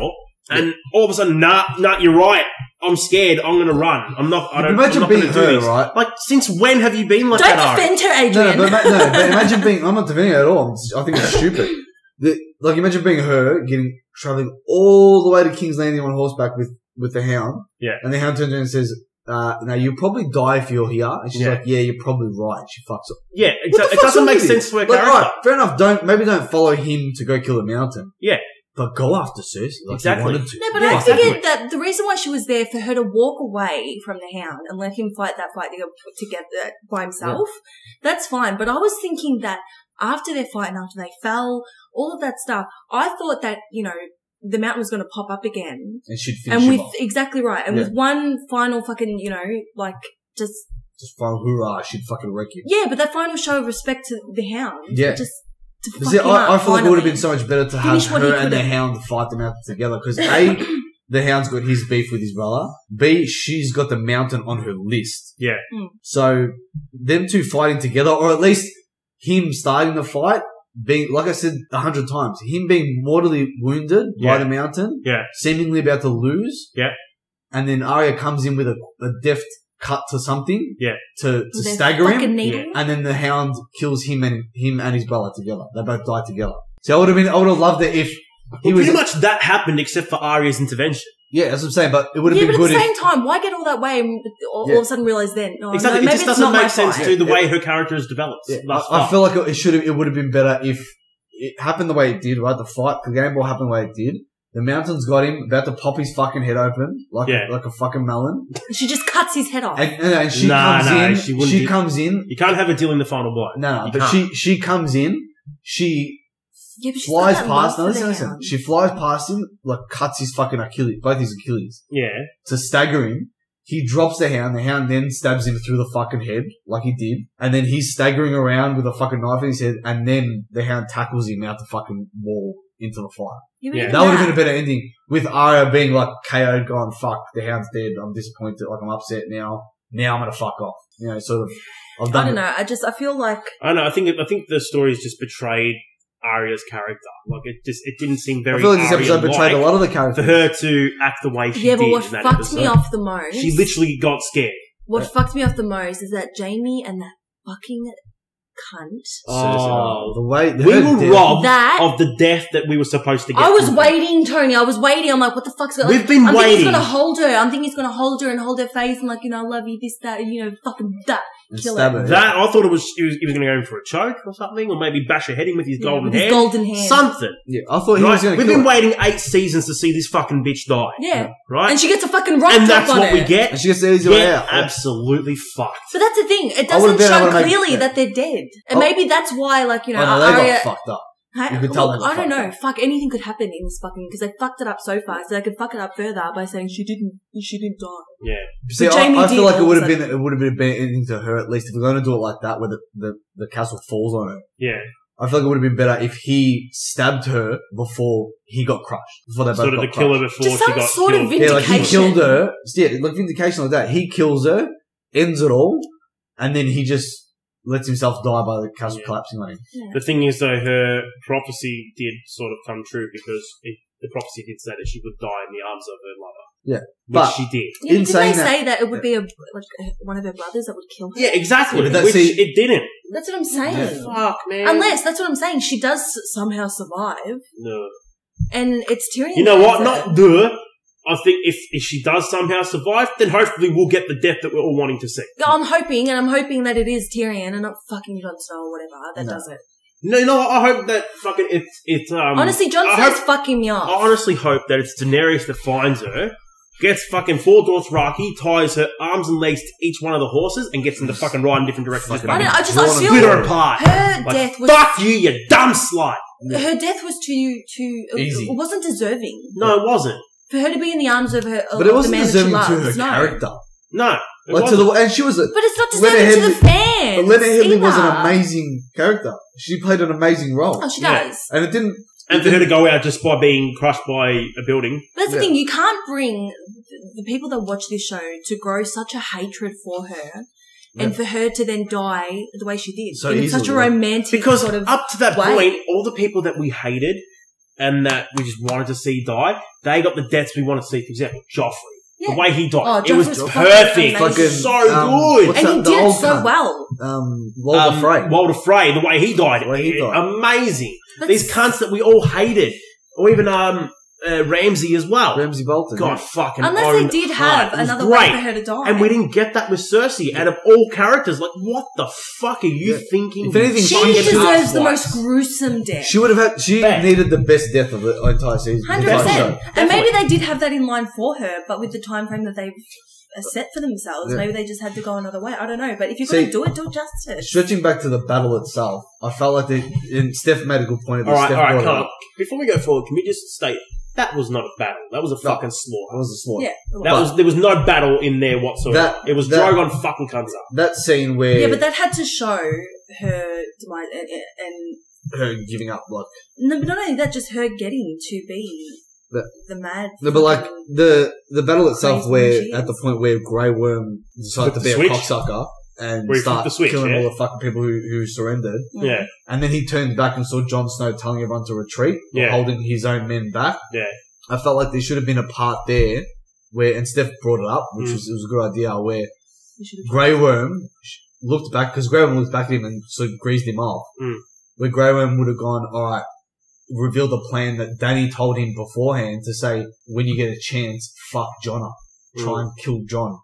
and all of a sudden, nah, nah, you're right. I'm scared. I'm going to run. I'm not. I don't. I'm
Imagine
not
being
gonna do
her,
this.
right?
Like, since when have you been like
Don't
that? Ari?
defend her,
No,
Adrian.
but, ma- no, but imagine being. I'm not defending it at all. I'm just- I think it's stupid. The, like, imagine being her getting traveling all the way to King's Landing on horseback with with the hound.
Yeah.
And the hound turns around and says, uh, "Now you'll probably die if you're here." And she's
Yeah.
like, "Yeah, you're probably right." She fucks up.
Yeah,
What the
exactly. It
fuck's
doesn't
wrong
make
with you?
sense for a
Like,
character.
alright, fair enough. Don't maybe don't follow him to go kill a mountain.
Yeah.
But go after Cersei. Like
Exactly.
You wanted to.
No, but
Yeah,
I
exactly.
figured that the reason why she was there for her to walk away from the hound and let him fight that fight together, together by himself, that's fine. But I was thinking that after their fight and after they fell, all of that stuff, I thought that, you know, the mountain was going to pop up again.
and she'd finish
And
him
with,
off.
exactly right. And with one final fucking, you know, like just,
just final hoorah. She'd fucking wreck you.
yeah, but that final show of respect to the hound.
Yeah.
Just to fuck
See,
him up,
I, I feel like it would have
finally.
been so much better to have
Finish what he
her and the
could've.
hound fight them out together because
[coughs]
A, the hound's got his beef with his brother. B, she's got the mountain on her list.
Yeah.
Mm.
So them two fighting together, or at least him starting the fight, being, like I said a hundred times, him being mortally wounded
Yeah.
by the mountain,
Yeah.
seemingly about to lose.
Yeah.
And then Arya comes in with a, a deft cut to something.
Yeah.
To, to
With their
stagger him.
fucking needle.
And then the hound kills him and him and his brother together. They both die together. So I would have been, I would have loved it if he
Well,
was.
pretty much that happened except for Arya's intervention.
yeah, that's what I'm saying. But it would have
yeah,
been
but
good
at the
if.
same time, why get all that way and all, all of a sudden realize then? No,
exactly.
Oh, no, maybe
it just
it's
doesn't
not my
make sense
fight.
to the
Yeah.
way her character is developed.
Yeah,
thus
I, I
far.
feel like it should have. It would have been better if it happened the way it did. Right, the fight, the game ball happened the way it did. The mountains got him about to pop his fucking head open like
Yeah.
like a fucking melon,
She just cuts his head off.
and, and, and she
Nah,
comes
nah,
in.
she
She,
wouldn't do-
comes in.
you can't have her dealing the final blow.
No, no,
You
but
can't.
she she comes in She
Yeah, but she's got
flies
that
past.
monster
No, listen,
down.
listen. She flies past him, like cuts his fucking Achilles, both his Achilles,
Yeah.
to stagger him. He drops the hound. The hound then stabs him through the fucking head, like he did, and then he's staggering around with a fucking knife in his head. And then the hound tackles him out the fucking wall into the fire.
You
Yeah.
even
That would have been a better ending with Arya being like KO'd, gone, fuck, the hound's dead, I'm disappointed, like I'm upset now, now I'm gonna fuck off. You know, sort of, I've
I
done
don't
it.
know. I just I feel like
I don't know. I think I think the story's just betrayed Arya's character. Like it just it didn't seem very.
I feel like this episode
Arya-like
betrayed a lot of the
for [laughs]
characters.
her to act the way she
yeah, but
did
what
in that
fucked
episode.
me off the most?
She literally got scared.
what fucked me off the most is that Jamie and that fucking cunt.
Oh, the way
We
her
were
death-
robbed
That-
of the death that we were supposed to get.
I was
from her.
waiting, Tony. I was waiting. I'm like, what the fuck's going? Like,
We've been
I'm thinking he's
waiting.
gonna hold her. I'm thinking he's gonna hold her and hold her face and like, you know, I love you, this, that, you know, fucking that.
and
kill
stab
her.
her.
That I thought it was he was, he was going to go in for a choke or something, or maybe bash her head in with his
you know,
golden
with his
hair,
golden hand.
something.
yeah, I thought he
right?
was gonna
We've
kill
been
her.
waiting eight seasons to see this fucking bitch die.
yeah,
Right,
and she gets a fucking rock
And
drop
that's
on
what
her.
we get.
And she gets the easy way
Get
out.
absolutely fucked.
But that's the thing. It
I
doesn't
would've been- I
show
would've made-
clearly
yeah.
that they're dead, and
Oh.
maybe that's why, like, you know,
oh, no, they
Arya.
got fucked up.
Hey,
You could tell they
look,
were
I don't
fucked
know. Fuck, anything could happen in this fucking because they fucked it up so far, so they could fuck it up further by saying she didn't, she didn't die.
Yeah,
See,
But
I,
Jamie
I feel
did
like it
all
would have
of
been it would have been a better ending to her at least if we're going to do it like that, where the, the, the castle falls on her.
yeah.
I feel like it would have been better if he stabbed her before he got crushed. Before they both
Sort of
got
to
crushed.
kill her before
Just
she
some
got
sort of
killed.
Yeah, like he
Vindication.
killed her. Yeah, like vindication like that. He kills her, ends it all, and then he just lets himself die by the castle
Yeah.
collapsing on him.
The thing is, though, her prophecy did sort of come true because it, the prophecy did say that she would die in the arms of her lover.
Yeah,
which
but-
she did.
Yeah,
In
did they
saying that-
say that it would be a like one of her brothers that would kill her?
Yeah, exactly.
Yeah, but
which
see-
it didn't.
That's what I'm saying.
Yeah.
Fuck, man.
Unless that's what I'm saying. She does somehow survive,
no.
and it's Tyrion.
You know what?
that says
Not the. I think if, if she does somehow survive, then hopefully we'll get the death that we're all wanting to see.
it. I'm hoping, and I'm hoping that it is Tyrion and not fucking Jon Snow or whatever that
No.
does it.
No, you know what? I hope that fucking it's it's um.
honestly, Jon
I
Snow's
hope-
fucking me
I
off.
honestly hope that it's Daenerys that finds her, gets fucking four Dothraki, ties her arms and legs to each one of the horses, and gets them to fucking ride in different directions.
Fucking
I don't. I just. I
Drawn
feel
and
split
Peter
her apart.
her
Like,
death was
Fuck you, you dumb slut.
her death was too too it-
Easy.
It wasn't deserving
No, it wasn't.
for her to be in the arms of her. Of
But it
the
wasn't
man that she
deserving to her
loves, no.
character.
No, it
Like to
wasn't.
the and she was a
But it's not
Lena
deserving to the
Headey-
fans.
but Lena Headey was an
either.
amazing character. She played an amazing role,
Oh, she
Yeah.
does.
and it didn't.
and for her to go out just by being crushed by a building.
But that's the
Yeah.
thing, you can't bring th- the people that watch this show to grow such a hatred for her and for her to then die the way she did.
So
in
easily,
such a
right?
romantic
Because
sort of.
up to that
way.
point, all the people that we hated and that we just wanted to see die, they got the deaths we wanted to see. For example, Joffrey.
yeah.
The way he died.
Oh,
it was
Joffrey's fucking
perfect.
amazing.
Fucking,
so
um,
good.
what's
and
that-
he
the
did it
old
so
cunt?
well.
Um, Walter
Um,
Frey.
Walter Frey, the way he died.
The way he died.
Amazing.
But
These cunts that we all hated. Or even um, uh, Ramsey as well.
Ramsey Bolton.
God fucking
Unless they
owned
did
hard.
have
It was
another
great.
way for her to die.
And we didn't get that with Cersei. Out of all characters, like what the fuck are you
Yeah.
thinking?
If anything,
she
fucking
deserves the
ass-wise?
most gruesome death.
She would have had. She
Bang.
needed the best death of the entire season.
Hundred
entire
percent,
show.
and maybe they did have that in line for her, but with the time frame that they've uh, set for themselves,
Yeah.
maybe they just had to go another way. I don't know, but if you're
See-
going to do it, do it justice.
Stretching back to the battle itself, I felt like they. And Steph made a good point of
All
this.
right,
Steph
all right.
brought it
Come on.
up.
Before we go forward, can we just state that was not a battle? That was a fucking
That
slaughter.
was a slaughter.
yeah,
That was there was no battle in there whatsoever.
That-
it was
that-
Drogon fucking cunts up.
That scene where
yeah, but that had to show her demise, and, and, and
her giving up, like
no, but not only that, just her getting to be
The-
the, mad.
no, but like
fucking-
the the battle itself,
Crazy
where
machines.
at the point where Grey Worm decided
Flipped
to be
the
a
switch.
cocksucker and
Where he flipped
start
the switch,
killing
yeah.
all the fucking people who, who surrendered,
Yeah,
and then he turned back and saw Jon Snow telling everyone to retreat, or
Yeah.
holding his own men back.
Yeah.
I felt like there should have been a part there where, and Steph brought it up, which
Mm.
was it was a good idea, where
you should've-
Grey Worm sh- looked back because Grey Worm looked back at him and sort of greased him off.
Mm.
Where Grey Worm would have gone, all right, reveal the plan that Danny told him beforehand to say, when you get a chance, fuck John up, try
Mm.
and kill John.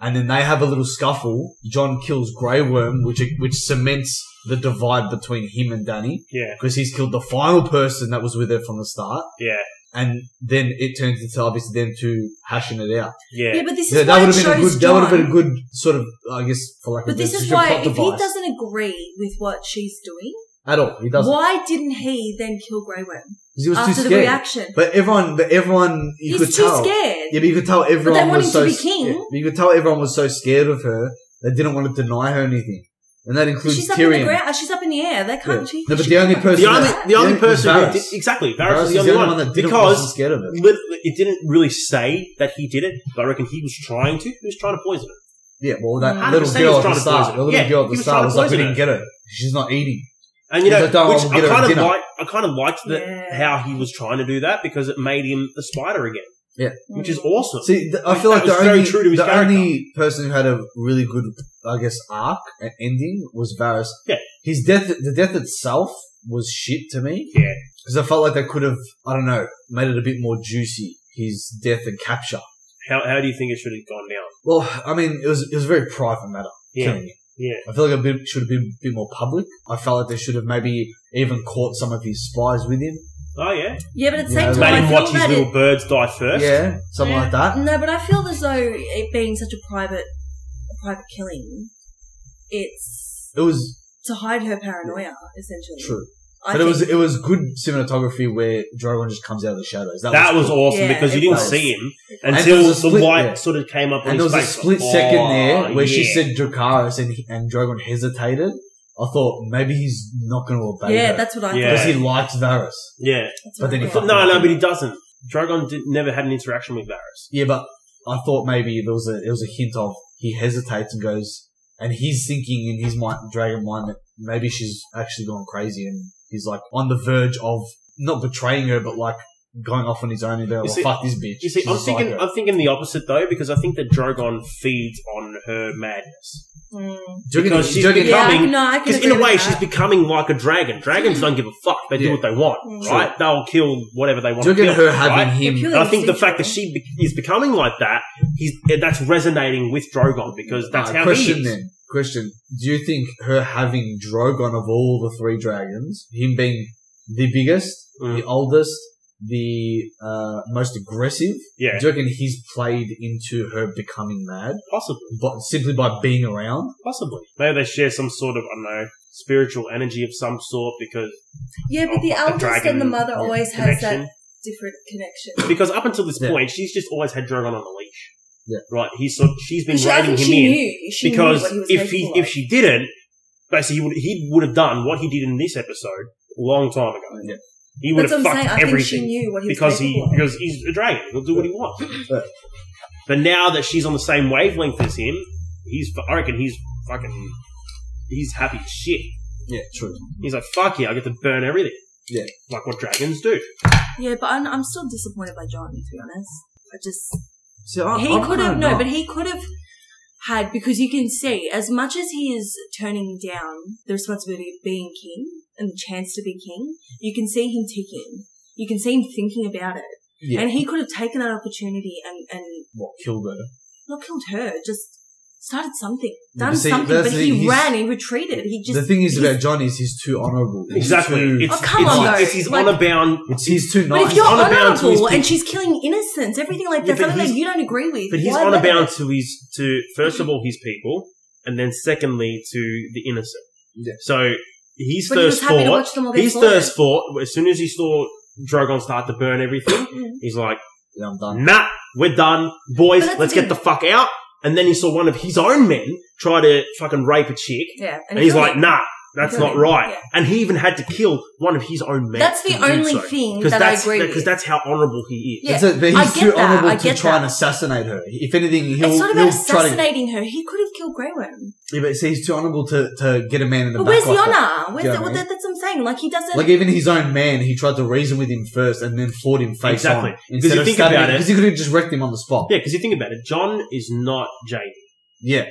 And then they have a little scuffle. John kills Grey Worm, which which cements the divide between him and Danny
yeah,
because he's killed the final person that was with her from the start.
yeah,
And then it turns into obviously them two hashing it out.
Mm. yeah.
yeah, but this
Yeah,
is why
that would have
it shows
been a good. That would
John.
have been a good sort of, I guess, for like a
but this is why if he doesn't agree with what she's doing,
at all. He doesn't.
Why didn't he then kill Grey Worm
'Cause He was
after
too
the
scared.
reaction?
But everyone, but everyone, you
He's
could
too
tell.
scared.
Yeah, but you could tell everyone
want
was
him
so
to be
s-
king.
yeah, but you could tell everyone was so scared of her they didn't want to deny her anything, and that includes
she's up in
Tyrion.
the ground. Oh, She's up in the air. They can't.
Yeah.
She,
No, but
she
the only
can't.
person-
The
Yeah.
only the
Yeah,
only
it was
person who
Varys.
did, exactly Varys
Varys
is
is
the only one,
that didn't wasn't
because
scared of it.
Lit- It didn't really say that he did it, but I reckon he was trying to. He was trying to poison her.
Yeah, well, that
100%
little
he was
girl at
trying
the
to
start,
poison
the
her.
little
Yeah,
girl at
he
the
was
start
trying to
was like, we
poison
didn't get her. She's not eating.
And you
He's
know,
like, "Oh,
which
I'll
I
get her
kind of
dinner."
like. I kind of liked that
Yeah.
how he was trying to do that because it made him the spider again, which is awesome.
See, th- I
Like,
feel
that
like the
was very
only
true to his
the
character.
only person who had a really good, I guess, arc and ending was Varys.
Yeah.
his death, the death itself was shit to me.
Yeah.
because I felt like they could have, I don't know, made it a bit more juicy. His death and capture.
How, how do you think it should have gone down?
Well, I mean, it was it was a very private matter.
Yeah,
killing him.
yeah.
I feel like it should have been a bit more public. I felt like they should have maybe even caught some of his spies with him.
Oh yeah.
Yeah, but at the
Yeah,
same time,
Made
I
him
feel
watch his
that
little birds die first.
Yeah, something like that.
it, no, but I feel as though it being such a private, a private killing, it's
It was
to hide her paranoia essentially.
true,
I
but it was
think-
it was good cinematography where Drogon just comes out of the shadows. That,
That
was,
was
cool.
awesome
Yeah,
because you
it
didn't
was.
see him
And
there
until
was a
the
split
light
there.
sort of came up on
and there
his
was a
face.
split
Like,
second
"Oh,
there where she
yeah."
said Dracaris and and Drogon hesitated. I thought maybe he's not going to obey
yeah,
her
that's what I
Yeah.
because
thought.
he likes Varys.
Yeah.
That's
but
what
then
I
he
thought.
fucked
No, no, but he doesn't. Drogon did, never had an interaction with Varys.
Yeah, but I thought maybe there was a there was a hint of he hesitates and goes, and he's thinking in his mind, Dragon mind, that maybe she's actually gone crazy, and he's like on the verge of not betraying her, but like going off on his own and going,
You
well,
see-
fuck this bitch.
You see,
She's
I'm
a
thinking,
psycho."
I'm thinking the opposite though, because I think that Drogon feeds on her madness.
Mm.
Do you reckon-
because
do you
she's
reckon-
become-
Yeah, I
becoming-
can- no, I can
Because in
agree
a way,
with
she's
that. Hmm.
becoming like a dragon. Dragons don't give a fuck; they
Yeah.
do what they want,
Mm.
right? They'll kill whatever they want.
do you
to
reckon
kill,
her having
right?
him?
You're
And I think the fact that
instinctual.
she be- is becoming like that, he's eh, that's resonating with Drogon because that's
Uh,
how he
question
is.
then. Question: Do you think her having Drogon of all the three dragons, him being the biggest,
Mm.
the oldest, the uh, most aggressive,
Yeah,
do you reckon he's played into her becoming mad,
possibly,
but simply by being around?
possibly. Maybe they share some sort of I don't know spiritual energy of some sort because
yeah, but the
of
eldest and the
dragon
mother always has
connection.
that different connection.
Because up until this
Yeah.
point, she's just always had Drogon on the leash.
Yeah.
Right. He's sort she's been
She- I
reining
think
him
she
in
knew. She
because
knew what he was
if he
capable
if she didn't, basically he would he would have done what he did in this episode a long time ago.
Yeah.
He
of.
would
That's
have
what I'm saying.
fucked
I think she
everything
knew what he was
because he
capable of.
because he's a dragon. He'll do what he wants.
Yeah.
But now that she's on the same wavelength as him, he's I reckon he's fucking he's happy as shit.
Yeah, true.
He's like fuck yeah, I get to burn everything.
Yeah.
Like what dragons do.
Yeah, but I'm, I'm still disappointed by John, to be honest. I just
So I,
he could have no, but he could have had because you can see as much as he is turning down the responsibility of being king and the chance to be king, you can see him ticking. You can see him thinking about it,
yeah,
and he could have taken that opportunity and and
what killed her?
not killed her, just started something,
Yeah,
done
but see,
something.
that's
But
the
he
thing, he's-
ran, he retreated, he just
the thing is
he's-
about John is he's too honourable. He's
Exactly.
too-
It's,
Oh, come
it's,
on,
it's,
though.
his
Like-
honor bound
it's- he's too
But
nice.
if you're
honor bound to his
honourable and
people.
she's killing innocents, everything like
Yeah, but
that, something that
he's-
you don't agree with.
But he's
why
honor
let it?
bound to his to first of all his people, and then secondly to the innocent.
Yeah.
So his
But he was
thirst
happy to
for
watch them all get
his
slaughtered.
thirst for as soon as he saw Drogon start to burn
Mhm.
everything, he's like,
yeah, I'm done.
"Nah, we're done, boys.
But that's
Let's
the
get the fuck out." And then he saw one of his own men try to fucking rape a chick,
Yeah, and,
and he's
killed
like,
him.
"Nah." That's
Killed
not
him,
right,
yeah.
and he even had to kill one of his own men.
That's the
to do
only
so.
thing
'Cause
that I
that's,
agree with.
Because that's how honourable he is.
Yeah,
That's it, but
I
he's
get
too
that, I
honourable to
get
try and
that.
assassinate her. If anything, he'll,
it's not
he'll
about
try to.
assassinating her. He could have killed Grey Worm.
Yeah, but see, he's too honourable to, to get a man in the
But
back
where's the
like that.
honor? Where's
Yeah,
the, well,
man.
that, that's what I'm saying. Like he doesn't.
Like even his own man, he tried to reason with him first, and then fought him face
Exactly.
on.
Because you think about it-
because he could have just wrecked him on the spot.
Yeah, because you think about it, John is not Jamie.
Yeah,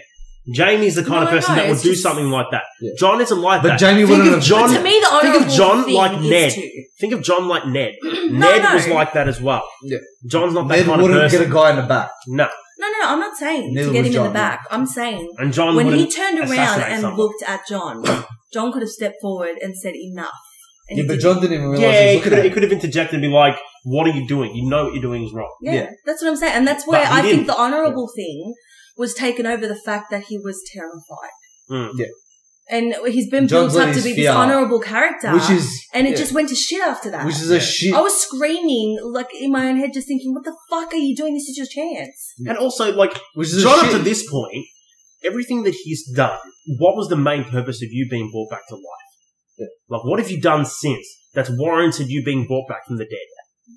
Jamie's the kind
No,
of person
no,
that would
it's
do
just-
something like that.
Yeah.
John isn't like
but
that.
Jamie
Think
wouldn't
of
have.
John-
But to me, the
think of
honorable
John
thing
like
is
Ned.
to-
Think of John like Ned. Ned
No, no.
was like that as well.
Yeah.
John's not that
Ned
kind of
wouldn't
person.
get a guy in the back.
no,
No, no, no. I'm not saying
Neither
to get
was
him in
John,
the back. I'm saying
and John
when
wouldn't.
he turned around
assassinate
and
someone.
looked at John,
[coughs]
John could have stepped forward and said enough. And
Yeah,
he
but
didn't.
John didn't even realize
yeah,
he
he
was
could,
looking at
he
him.
could have interjected and be like, "What are you doing? You know what you're doing is wrong."
Yeah,
Yeah.
that's what I'm saying, and that's where
But he
I think
didn't.
the honourable thing was taken over the fact that he was terrified.
Mm.
Yeah.
and he's been
John
built up to
Glennie's
be this
fear,
honorable character,
which is
and it
yeah.
just Oh. went to shit after that.
which is a
Yeah.
shit.
I was screaming like in my own head, just thinking, "What the fuck are you doing? This is
[laughs]
your chance."
And also, like,
Which is a
John, up
shit.
to this point, everything that he's done, what was the main purpose of you being brought back to life? Like, what have you done since that's warranted you being brought back from the dead?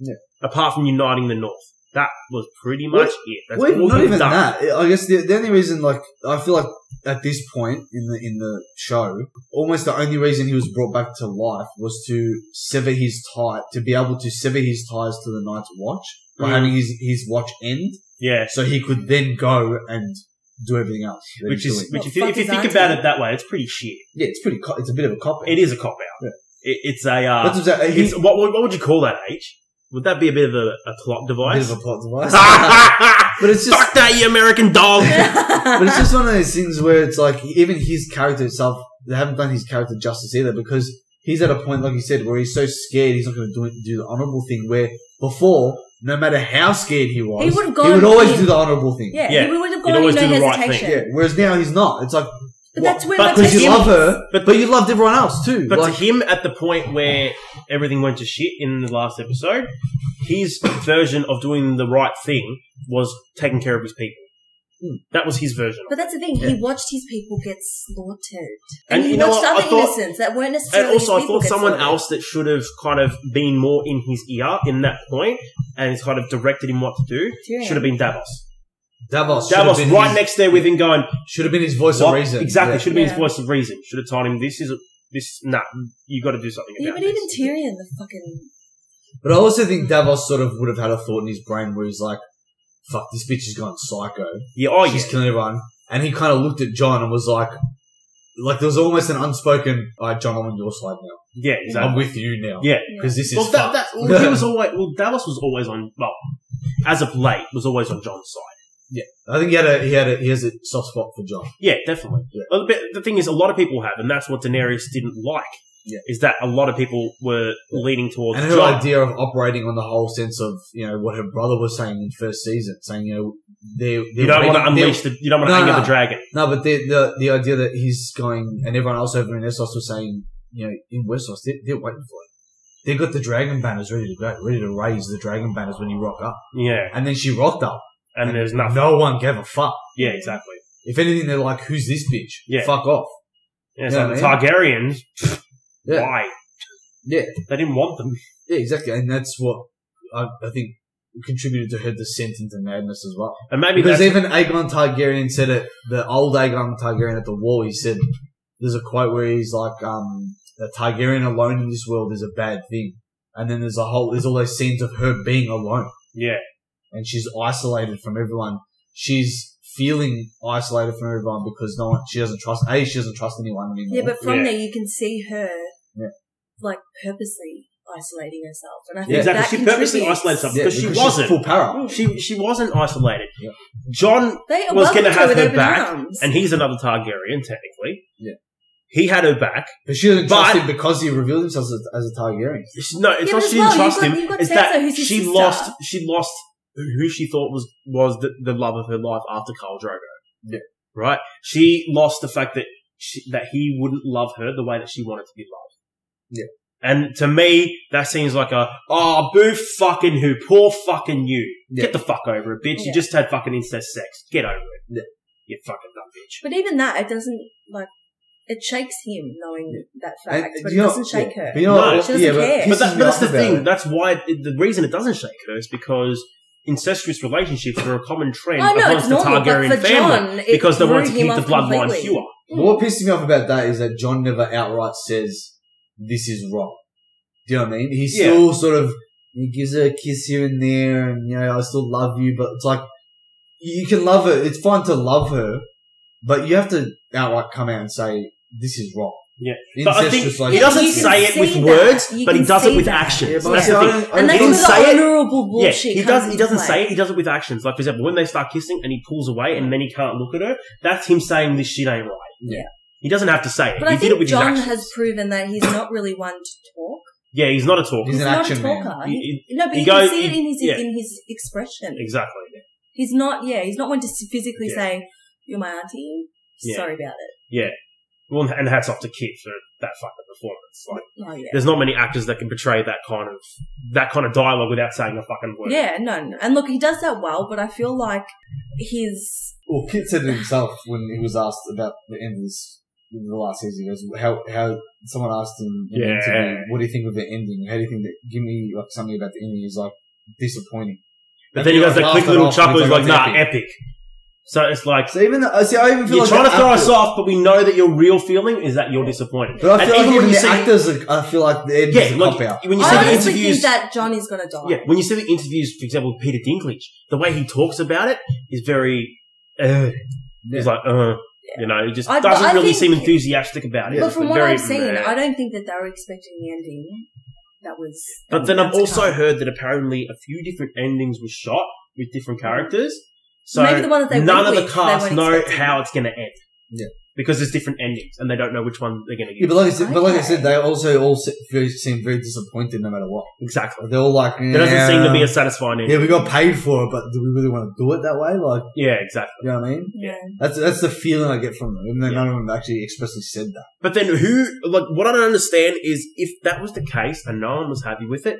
Yeah.
Apart from uniting the North. That was pretty much
What-
it. That's
Well,
all
not
you've
even
done.
that. I guess the, the only reason, like, I feel like at this point in the in the show, almost the only reason he was brought back to life was to sever his tie, to be able to sever his ties to the Night's Watch by
Mm.
having his his watch end,
Yeah.
so he could then go and do everything else. that
Which
he's
is,
doing.
which
What
if you,
fuck
if you
is
think
that
about
to?
it that way, it's pretty shit.
yeah, it's pretty. Co- it's a bit of a cop.
It is a cop out.
Yeah.
It, it's a, uh,
That's what I'm saying. He-
it's, what, what would you call that, H? Would that be a bit of a, a plot
a bit
device? [laughs]
of a plot device. [laughs]
Fuck
but it's just
that, you American dog!
[laughs] But it's just one of those things where it's like even his character itself, they haven't done his character justice either because he's at a point, like you said, where he's so scared he's not going to do, do the honorable thing. Where before, no matter how scared he was,
He would've
he
gone
would always
in.
do the honorable thing.
[laughs] yeah,
Yeah.
he would have
You'd
gone in
always
no
do the right thing.
hesitation.
Yeah, Whereas now he's not. It's like
But
what?
that's where
But
that's
because
where
you
he
love
was.
her, but,
But-
you loved everyone else too.
But
like,
to him, at the point where everything went to shit in the last episode, his version of doing the right thing was taking care of his people.
Hmm.
That was his version.
But that's the thing. He watched his people get slaughtered, and,
And
he
you know
watched
what? I
other
thought-
innocents that weren't
And
necessarily.
also, I
his people
thought
get
someone
slaughtered.
else that should have kind of been more in his ear in that point and has kind of directed him what to do
Tyrion.
should have been Davos.
Davos, should have
Davos,
been
right
his,
next there with him, going,
should have been his voice of
"What?"
reason.
Exactly, should have been his
Yeah.
voice of reason. Should have told him, "This is a, this. Nah, you got to do something
Yeah,
about
but
it."
even Tyrion, the fucking
But I also think Davos sort of would have had a thought in his brain where he's like, "Fuck, this bitch has gone psycho."
yeah, oh
She's
yeah,
killing everyone. And he kind of looked at John and was like, like there was almost an unspoken, "All right, John, I'm on your side now.
yeah,
I'm
exactly.
with you now.
Yeah,
Because this is
Well, that,
fucked.
that, well, he was always well. Dallas was always on. Well, as of late, was always on John's side.
I think he had a, he had a, he has a soft spot for John.
Yeah, definitely.
Yeah.
Well, but the thing is, a lot of people have, and that's what Daenerys didn't like.
Yeah.
Is that a lot of people were leaning towards
And her
John?
idea of operating on the whole sense of, you know, what her brother was saying in first season, saying, you know, they, they're
You don't want to
waiting- they're-
unleash the. You don't want to
No,
hang
no.
the dragon.
No, but the, the the idea that he's going and everyone else over in Essos was saying, you know, in Wessos, they're, they're waiting for it. They got the dragon banners ready to go, ready to raise the dragon banners when you rock up.
Yeah,
And then she rocked up.
and there's nothing.
No one gave a fuck.
Yeah, exactly.
If anything, they're like, "Who's this bitch?
Yeah.
Fuck off."
Yeah, it's
Yeah,
like the
man.
Targaryens.
Yeah.
Why?
Yeah.
They didn't want them.
Yeah, exactly. And that's what I, I think contributed to her descent into madness as well.
And maybe
Because
that's
even Aegon Targaryen said it. The old Aegon Targaryen at the wall. He said, "There's a quote where he's like, um, a Targaryen alone in this world is a bad thing." And then there's a whole, there's all those scenes of her being alone.
yeah.
and she's isolated from everyone. She's feeling isolated from everyone because no one, she doesn't trust, A, she doesn't trust anyone anymore.
yeah. But from
Yeah.
there, you can see her
Yeah.
like purposely isolating herself, and I think
Yeah.
Exactly.
that
She purposely
contributes.
isolated herself
Yeah,
because she
she's
wasn't.
full power.
She she wasn't isolated.
Yeah.
John
They
was
was going to
gonna have
with
her
open
back,
arms.
and he's another Targaryen technically.
Yeah.
He had her back.
But she doesn't trust
But-
him because he revealed himself as, as a Targaryen.
She- No, it's not
Yeah, but
she
as
didn't
well,
trust
you've got-
him.
you've got
It's
Sansa,
that
who's his
she
sister.
lost. She lost who she thought was was the, the love of her life after Khal Drogo.
Yeah.
Right. She lost the fact that she, that he wouldn't love her the way that she wanted to be loved.
Yeah.
And to me, that seems like a oh boo fucking who poor fucking you
Yeah.
get the fuck over it, bitch.
Yeah.
You just had fucking incest sex. Get over it.
Yeah.
You fucking dumb bitch.
But even that, it doesn't like it shakes him knowing that
And
fact, but it
you know-
doesn't shake
yeah,
her.
But you know what-
No,
she doesn't
yeah, but
care.
it
But, that,
pisses
but
me
that's
off
the
about
thing.
it.
That's why it, the reason it doesn't shake her is because incestuous relationships were a common trend
I know it's
amongst the
normal,
Targaryen
but for
family
John, it
because they
threw
wanted to keep
him
the
off
bloodline
completely.
pure.
But what pisses me off about that is that John never outright says, this is wrong. Do you know what I mean? He
Yeah.
still sort of, he gives her a kiss here and there and, you know, I still love you, but it's like, you can love her. It's fine to love her, but you have to outright come out and say, this is wrong.
Yeah. But I think
Incestuous
he
like
doesn't
You can
say it
see
with
that.
words,
You
but he
can
does it
see
with
that.
actions.
Yeah, but
that's
I
the
don't-
thing. He
I don't
and that's
think-
where
doesn't
the
say it.
honourable
Yeah,
bullshit.
he
comes
does. He
into
doesn't
play.
say it. He does it with actions. Like for example, when they start kissing and he pulls away, and then he can't look at her. That's him saying this shit ain't right.
Yeah.
He doesn't have to say it.
But
he
I
did it
think
with
John
his actions.
has proven that he's not really one to talk.
Yeah, he's not a talker.
He's
He's
an
not a
action man.
talker.
He-
He- no, but
he
you can
goes-
see it in his
yeah.
in his expression.
Exactly.
He's not. Yeah, he's not one to s- physically
Yeah.
say, "You're my auntie."
Yeah.
Sorry about it.
Well, and hats off to Kip for that fucking performance. Like,
Oh yeah.
there's not many actors that can portray that kind of that kind of dialogue without saying a fucking word.
Yeah, no, no. And look, he does that well, but I feel like his
Well, Kit said it himself when he was asked about the end of this, the last season. He goes, how, how, someone asked him, in an
Yeah.
interview, what do you think of the ending? How do you think that, give me like something about the ending. He's like, disappointing.
But then he goes that quick little chuckle. He's like, "Nah, epic." So it's like
So even the, see, I even
you're
feel like
trying
the
to throw
actor-
us off, but we know that your real feeling is that you're disappointed.
But I feel
and
like
even when
even
you
the
see-
actors, are, I feel like the end
Yeah,
is a
like,
cop out.
when you see
I
the
honestly
interviews,
think that Johnny's gonna die.
yeah, when you see the interviews, for example, with Peter Dinklage, the way he talks about it is very, uh, he's like, uh, you know, he just
I- but
doesn't
I
really
think-
seem enthusiastic about it.
But
It's
from what
very
I've seen,
meh.
I don't think that they were expecting the ending. That was.
But then
that
I've
was
also
come.
heard that apparently a few different endings were shot with different characters. So
Maybe the one that they
none
went
of the
with, they
cast
weren't
know
expecting.
how it's going to end.
Yeah.
Because there's different endings and they don't know which one they're going to
Yeah,
use.
but like I said, but like I said,
Okay.
they also all se- very- seem very disappointed no matter what.
exactly.
They're all like, yeah,
There doesn't seem to be a satisfying
yeah,
ending.
we got paid for it, but do we really want to do it that way? Like,
Yeah, exactly.
you know what I mean?
Yeah.
That's that's the feeling I get from them. Even though none of them actually expressly said that.
But then who, like, what I don't understand is if that was the case and no one was happy with it,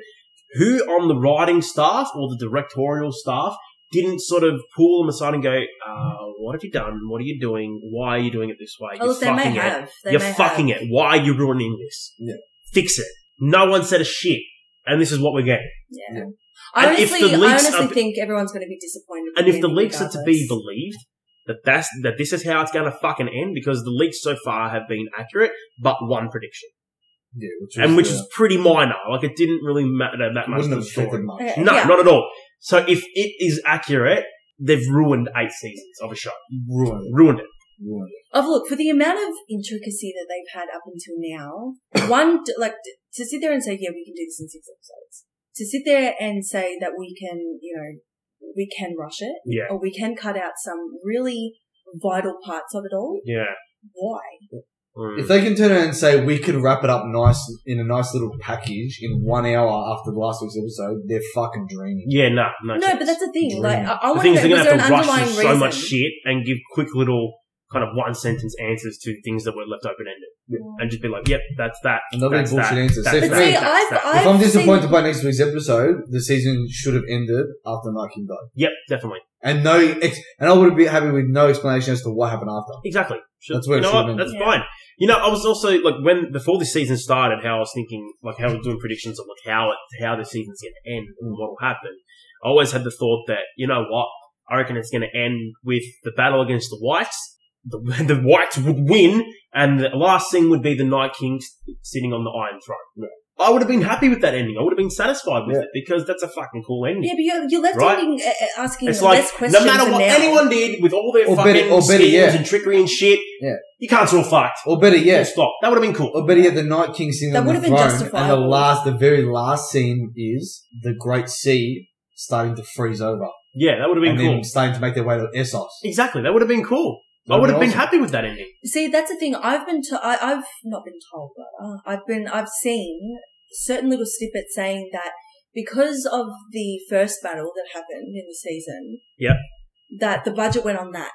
who on the writing staff or the directorial staff didn't sort of pull them aside and go, uh, what have you done? What are you doing? Why are you doing it this way?
Oh,
You're
look, they may
fucking it.
have. They
You're
may
fucking
have.
it. Why are you ruining this?
Yeah.
Fix it. No one said a shit. And this is what we're getting.
Yeah.
Yeah.
And if
Honestly,
the leaks
I honestly
are-
think everyone's going to be disappointed.
And
with
if the
ending
leaks are to be
regardless.
believed, that that's that this is how it's going to fucking end because the leaks so far have been accurate, but one prediction,
Yeah, which
and which
uh,
is pretty minor. Like it didn't really matter that much.
wouldn't
To the
have affected
story.
much.
Okay,
No,
yeah.
not at all. So if it is accurate, they've ruined eight seasons of a show.
Ruined.
Ruined it.
it, Ruined.
Of look for the amount of intricacy that they've had up until now. One d- like d- to sit there and say, yeah, we can do this in six episodes. To sit there and say that we can, you know, we can rush it
Yeah,
or we can cut out some really vital parts of it all.
yeah.
Why?
Mm.
If they can turn around and say we could wrap it up nice in a nice little package in one hour after the last week's episode, they're fucking dreaming.
yeah, no, no.
No,
chance.
but that's the thing.
Dream.
Like, I, I
the
want to
thing
know,
is, they're going to
was there an
have to rush
underlying
through
reason?
so much shit and give quick little kind of one sentence answers to things that were left open ended, and just be like, "Yep, that's that."
And they'll be
that's
bullshit
that,
answers.
that's
See,
But
for
that,
see,
that's
me,
I've,
that.
I've
if I'm disappointed
seen,
by next week's episode, the season should have ended after Mark King died.
Yep, definitely,
And no, ex- and I would have been happy with no explanation as to what happened after.
exactly. Should-
That's where
you
it
know
should have
what?
been.
That's
Yeah.
fine. You know, I was also like when before this season started, how I was thinking, like how I was doing predictions of like how it, how the season's going to end and what will happen. I always had the thought that you know what, I reckon it's going to end with the battle against the whites. The, [laughs] the whites would win, and the last thing would be the Night King s- sitting on the Iron Throne. I would have been happy with that ending. I would have been satisfied with
Yeah.
it because that's a fucking cool ending.
yeah, but you're, you're left
Right?
ending, uh, uh, asking
It's like
less
no
questions
matter
than
what
now.
anyone did with all their
Or
fucking
better- or better
schemes
yet-
and trickery and shit,
Yeah.
you cunts are all fucked.
Or better
Yeah,
yet,
stop. That would have been cool.
or better yet, the Night King scene
That
on
would
the
have been
throne,
justifiable.
and the last, the very last scene is the Great Sea starting to freeze over,
Yeah, that would have been
and
cool.
then starting to make their way to Essos.
Exactly, that would have been cool. I
That'd
would
be
have been
awesome.
happy with that ending.
See, that's the thing. I've been, to- I, I've not been told, but uh, I've been, I've seen certain little snippets saying that because of the first battle that happened in the season,
Yep.
that the budget went on that,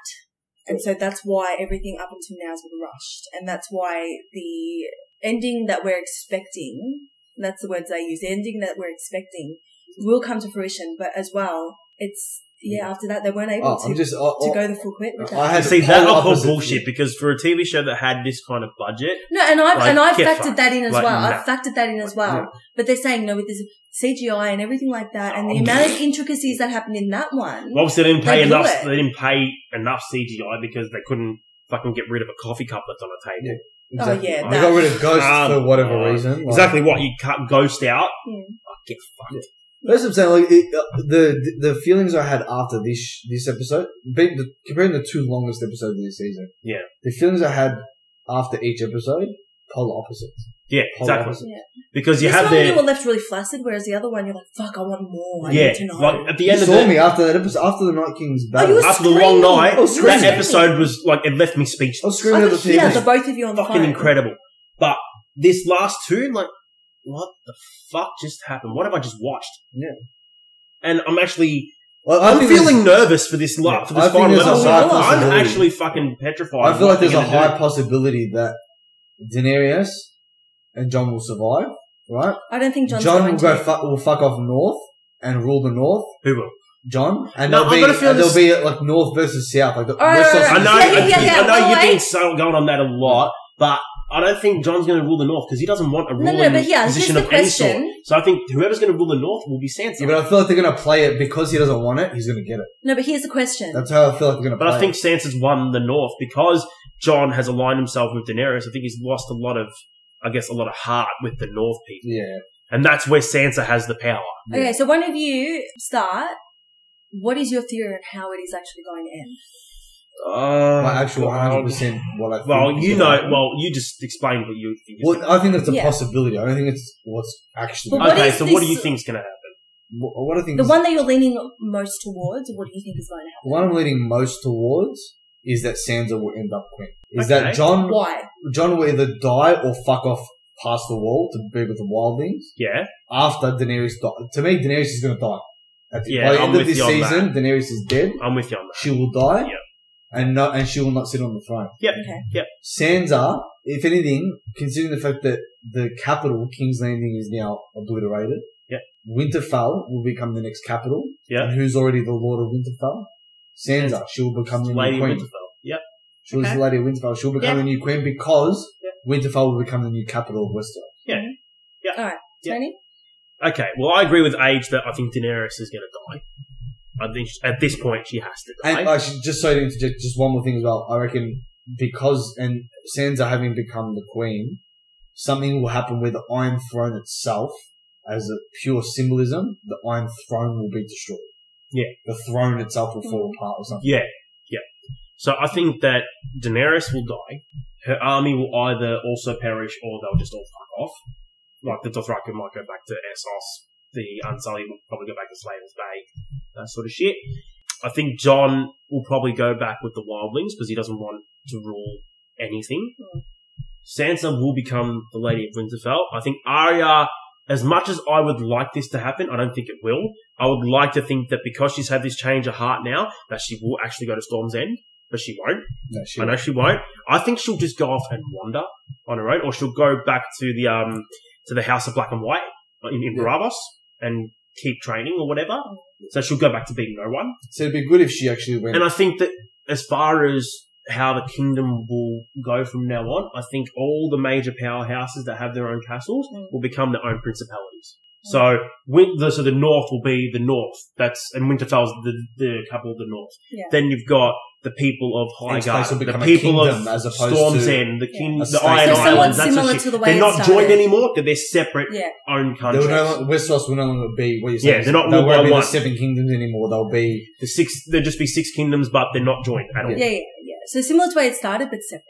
and so that's why everything up until now has been rushed, and that's why the ending that we're expecting, and that's the words I use, the ending that we're expecting will come to fruition, but as well, it's yeah. After that, they weren't able
Oh,
to
I'm just, I,
to
I,
go the full quit with that.
I had
See,
the
that
whole
I call
opposite-
bullshit because for a TV show that had this kind of budget,
No, and I've
Like,
and I've
get
factored
fucked.
that in as
Like,
well.
nah.
I've factored that in as well.
Yeah.
But they're saying no with this CGI and everything like that, and the
Oh.
amount of intricacies that happened in that one.
well, obviously they didn't pay
Mm. They blew
enough.
it.
They didn't pay enough CGI because they couldn't fucking get rid of a coffee cup that's on a table.
Exactly.
Oh, yeah,
they
that-
got rid of ghosts
Um,
for whatever
uh,
reason. like-
Exactly what you cut ghost out.
Yeah.
Oh, get fucked.
That's what I'm saying. Like it, uh, the the feelings I had after this sh- this episode, being the, comparing the two longest episodes of this season.
Yeah.
the feelings I had after each episode, polar opposites.
Yeah,
Polar
exactly.
opposites.
Because you
this
have
one you
the
were left really flaccid, whereas the other one you're like, "Fuck, I want more. I
yeah,
need to know."
like uh, at the
You
end of
saw
the
me after that episode, after the Night King's
oh,
battle.
you were
after the
screaming.
long night,
I was
that
screaming.
episode was like it left me speechless.
I was
I
screaming at the
could hear
TV.
the both of you on the
fucking
phone.
incredible. But this last two, like, what the fuck just happened? What have I just watched?
Yeah.
And I'm actually,
Well, I
I'm
think
feeling nervous for this la-
Yeah,
for
I
this
think
final
there's
a
episode.
high
I'm
possibility.
actually fucking petrified.
there's- I feel
What
like there's
they're
a
gonna
high
do.
possibility that Daenerys and John will survive, right?
I don't think John's
John
going
will go
to.
fu- will fuck off north and rule the north.
Who will?
John and
No,
there'll
I've
be
got a feeling
and there'll
this-
be like north versus south. Like the
All right,
west
all
I
right,
versus-
know,
Yeah, yeah, yeah, yeah,
I know
well,
you've
like-
been so going on that a lot, but I don't think John's going to rule the North because he doesn't want a
No, no,
ruling
but yeah, here's
position
the
of any
question.
sort. So I think whoever's going to rule the North will be Sansa.
Yeah, but I feel like they're gonna play it because he doesn't want it. He's gonna get it.
No, but here's the question.
That's how I feel like they're gonna.
But
play
I think
it.
Sansa's won the North because John has aligned himself with Daenerys. I think he's lost a lot of, I guess, a lot of heart with the North people,
yeah,
and that's where Sansa has the power.
Okay, so one of you start. What is your theory on how it is actually going to end?
Uh,
my actual one hundred percent. What I think
Well,
is
you
gonna
know.
happen.
Well, you just explained what you think. is
Well,
gonna
I think that's a
Yeah.
possibility. I don't think it's what's actually.
But what
okay,
is
so what do
this-
you think's going to happen?
What, what I think
The
is-
one that you're leaning most towards, what do you think is going to happen?
the one I'm leaning most towards is that Sansa will end up queen. Is
Okay.
that John?
Why?
John will either die or fuck off past the wall to be with the wildlings.
Yeah,
after Daenerys died. To me, Daenerys is going to die. At the,
Yeah,
by the
I'm
end of
with
this
you on
season, Daenerys is dead.
I'm with you on that.
She will die,
Yep.
and no, and she will not sit on the throne.
Yep.
Okay.
Yep.
Sansa, if anything, considering the fact that the capital King's Landing is now obliterated,
Yep.
Winterfell will become the next capital.
Yep.
and who's already the Lord of Winterfell? Sansa.
Sansa.
She will become the new
Lady
queen.
Winterfell. Yep.
She was the
Okay.
Lady of Winterfell. She'll become
Yeah.
the new queen because
Yeah.
Winterfell will become the new capital of Westeros.
Yeah.
Tony?
Okay. Well, I agree with Age that I think Daenerys is going to die. I think sh at this point she has to die.
And I should just so to interject, just one more thing as well. I reckon because and Sansa having become the queen, something will happen with the Iron Throne itself as a pure symbolism. The Iron Throne will be destroyed.
Yeah.
the throne itself will fall
Mm-hmm.
apart or something.
Yeah, yeah. So I think that Daenerys will die. Her army will either also perish or they'll just all fuck off. Like the Dothraki might go back to Essos. The Unsullied will probably go back to Slaver's Bay. That sort of shit. I think John will probably go back with the Wildlings because he doesn't want to rule anything. Sansa will become the Lady of Winterfell. I think Arya, as much as I would like this to happen, I don't think it will. I would like to think that because she's had this change of heart now, that she will actually go to Storm's End, but she won't.
No, she-
I know she won't. I think she'll just go off and wander on her own, or she'll go back to the um to the House of Black and White uh, in, in
Yeah.
Bravos and keep training or whatever. So she'll go back to being no one.
So it'd be good if she actually went.
And I think that as far as how the kingdom will go from now on, I think all the major powerhouses that have their own castles
Mm.
will become their own principalities. So, win- the, so the north will be the north. That's and Winterfell's the the capital of the north.
Yeah.
Then you've got the people of
Each place
Highgarden,
will
the
become a
people
kingdom
of
as opposed
Storm's
to
End, the
Yeah.
king,
a
the
state.
Iron
So
Islands.
somewhat
that sort of
similar
shit.
to the way
they're
it
not joined
started.
anymore. They're, they're separate
Yeah.
own
They
countries.
will no longer, Westeros will no longer be what you
Yeah, they're not
They
ruled by
won't be
one.
the Seven Kingdoms anymore. They'll be
the six, there'll just be six kingdoms, but they're not joined at all.
Yeah, yeah, yeah. So similar to where it started, but separate.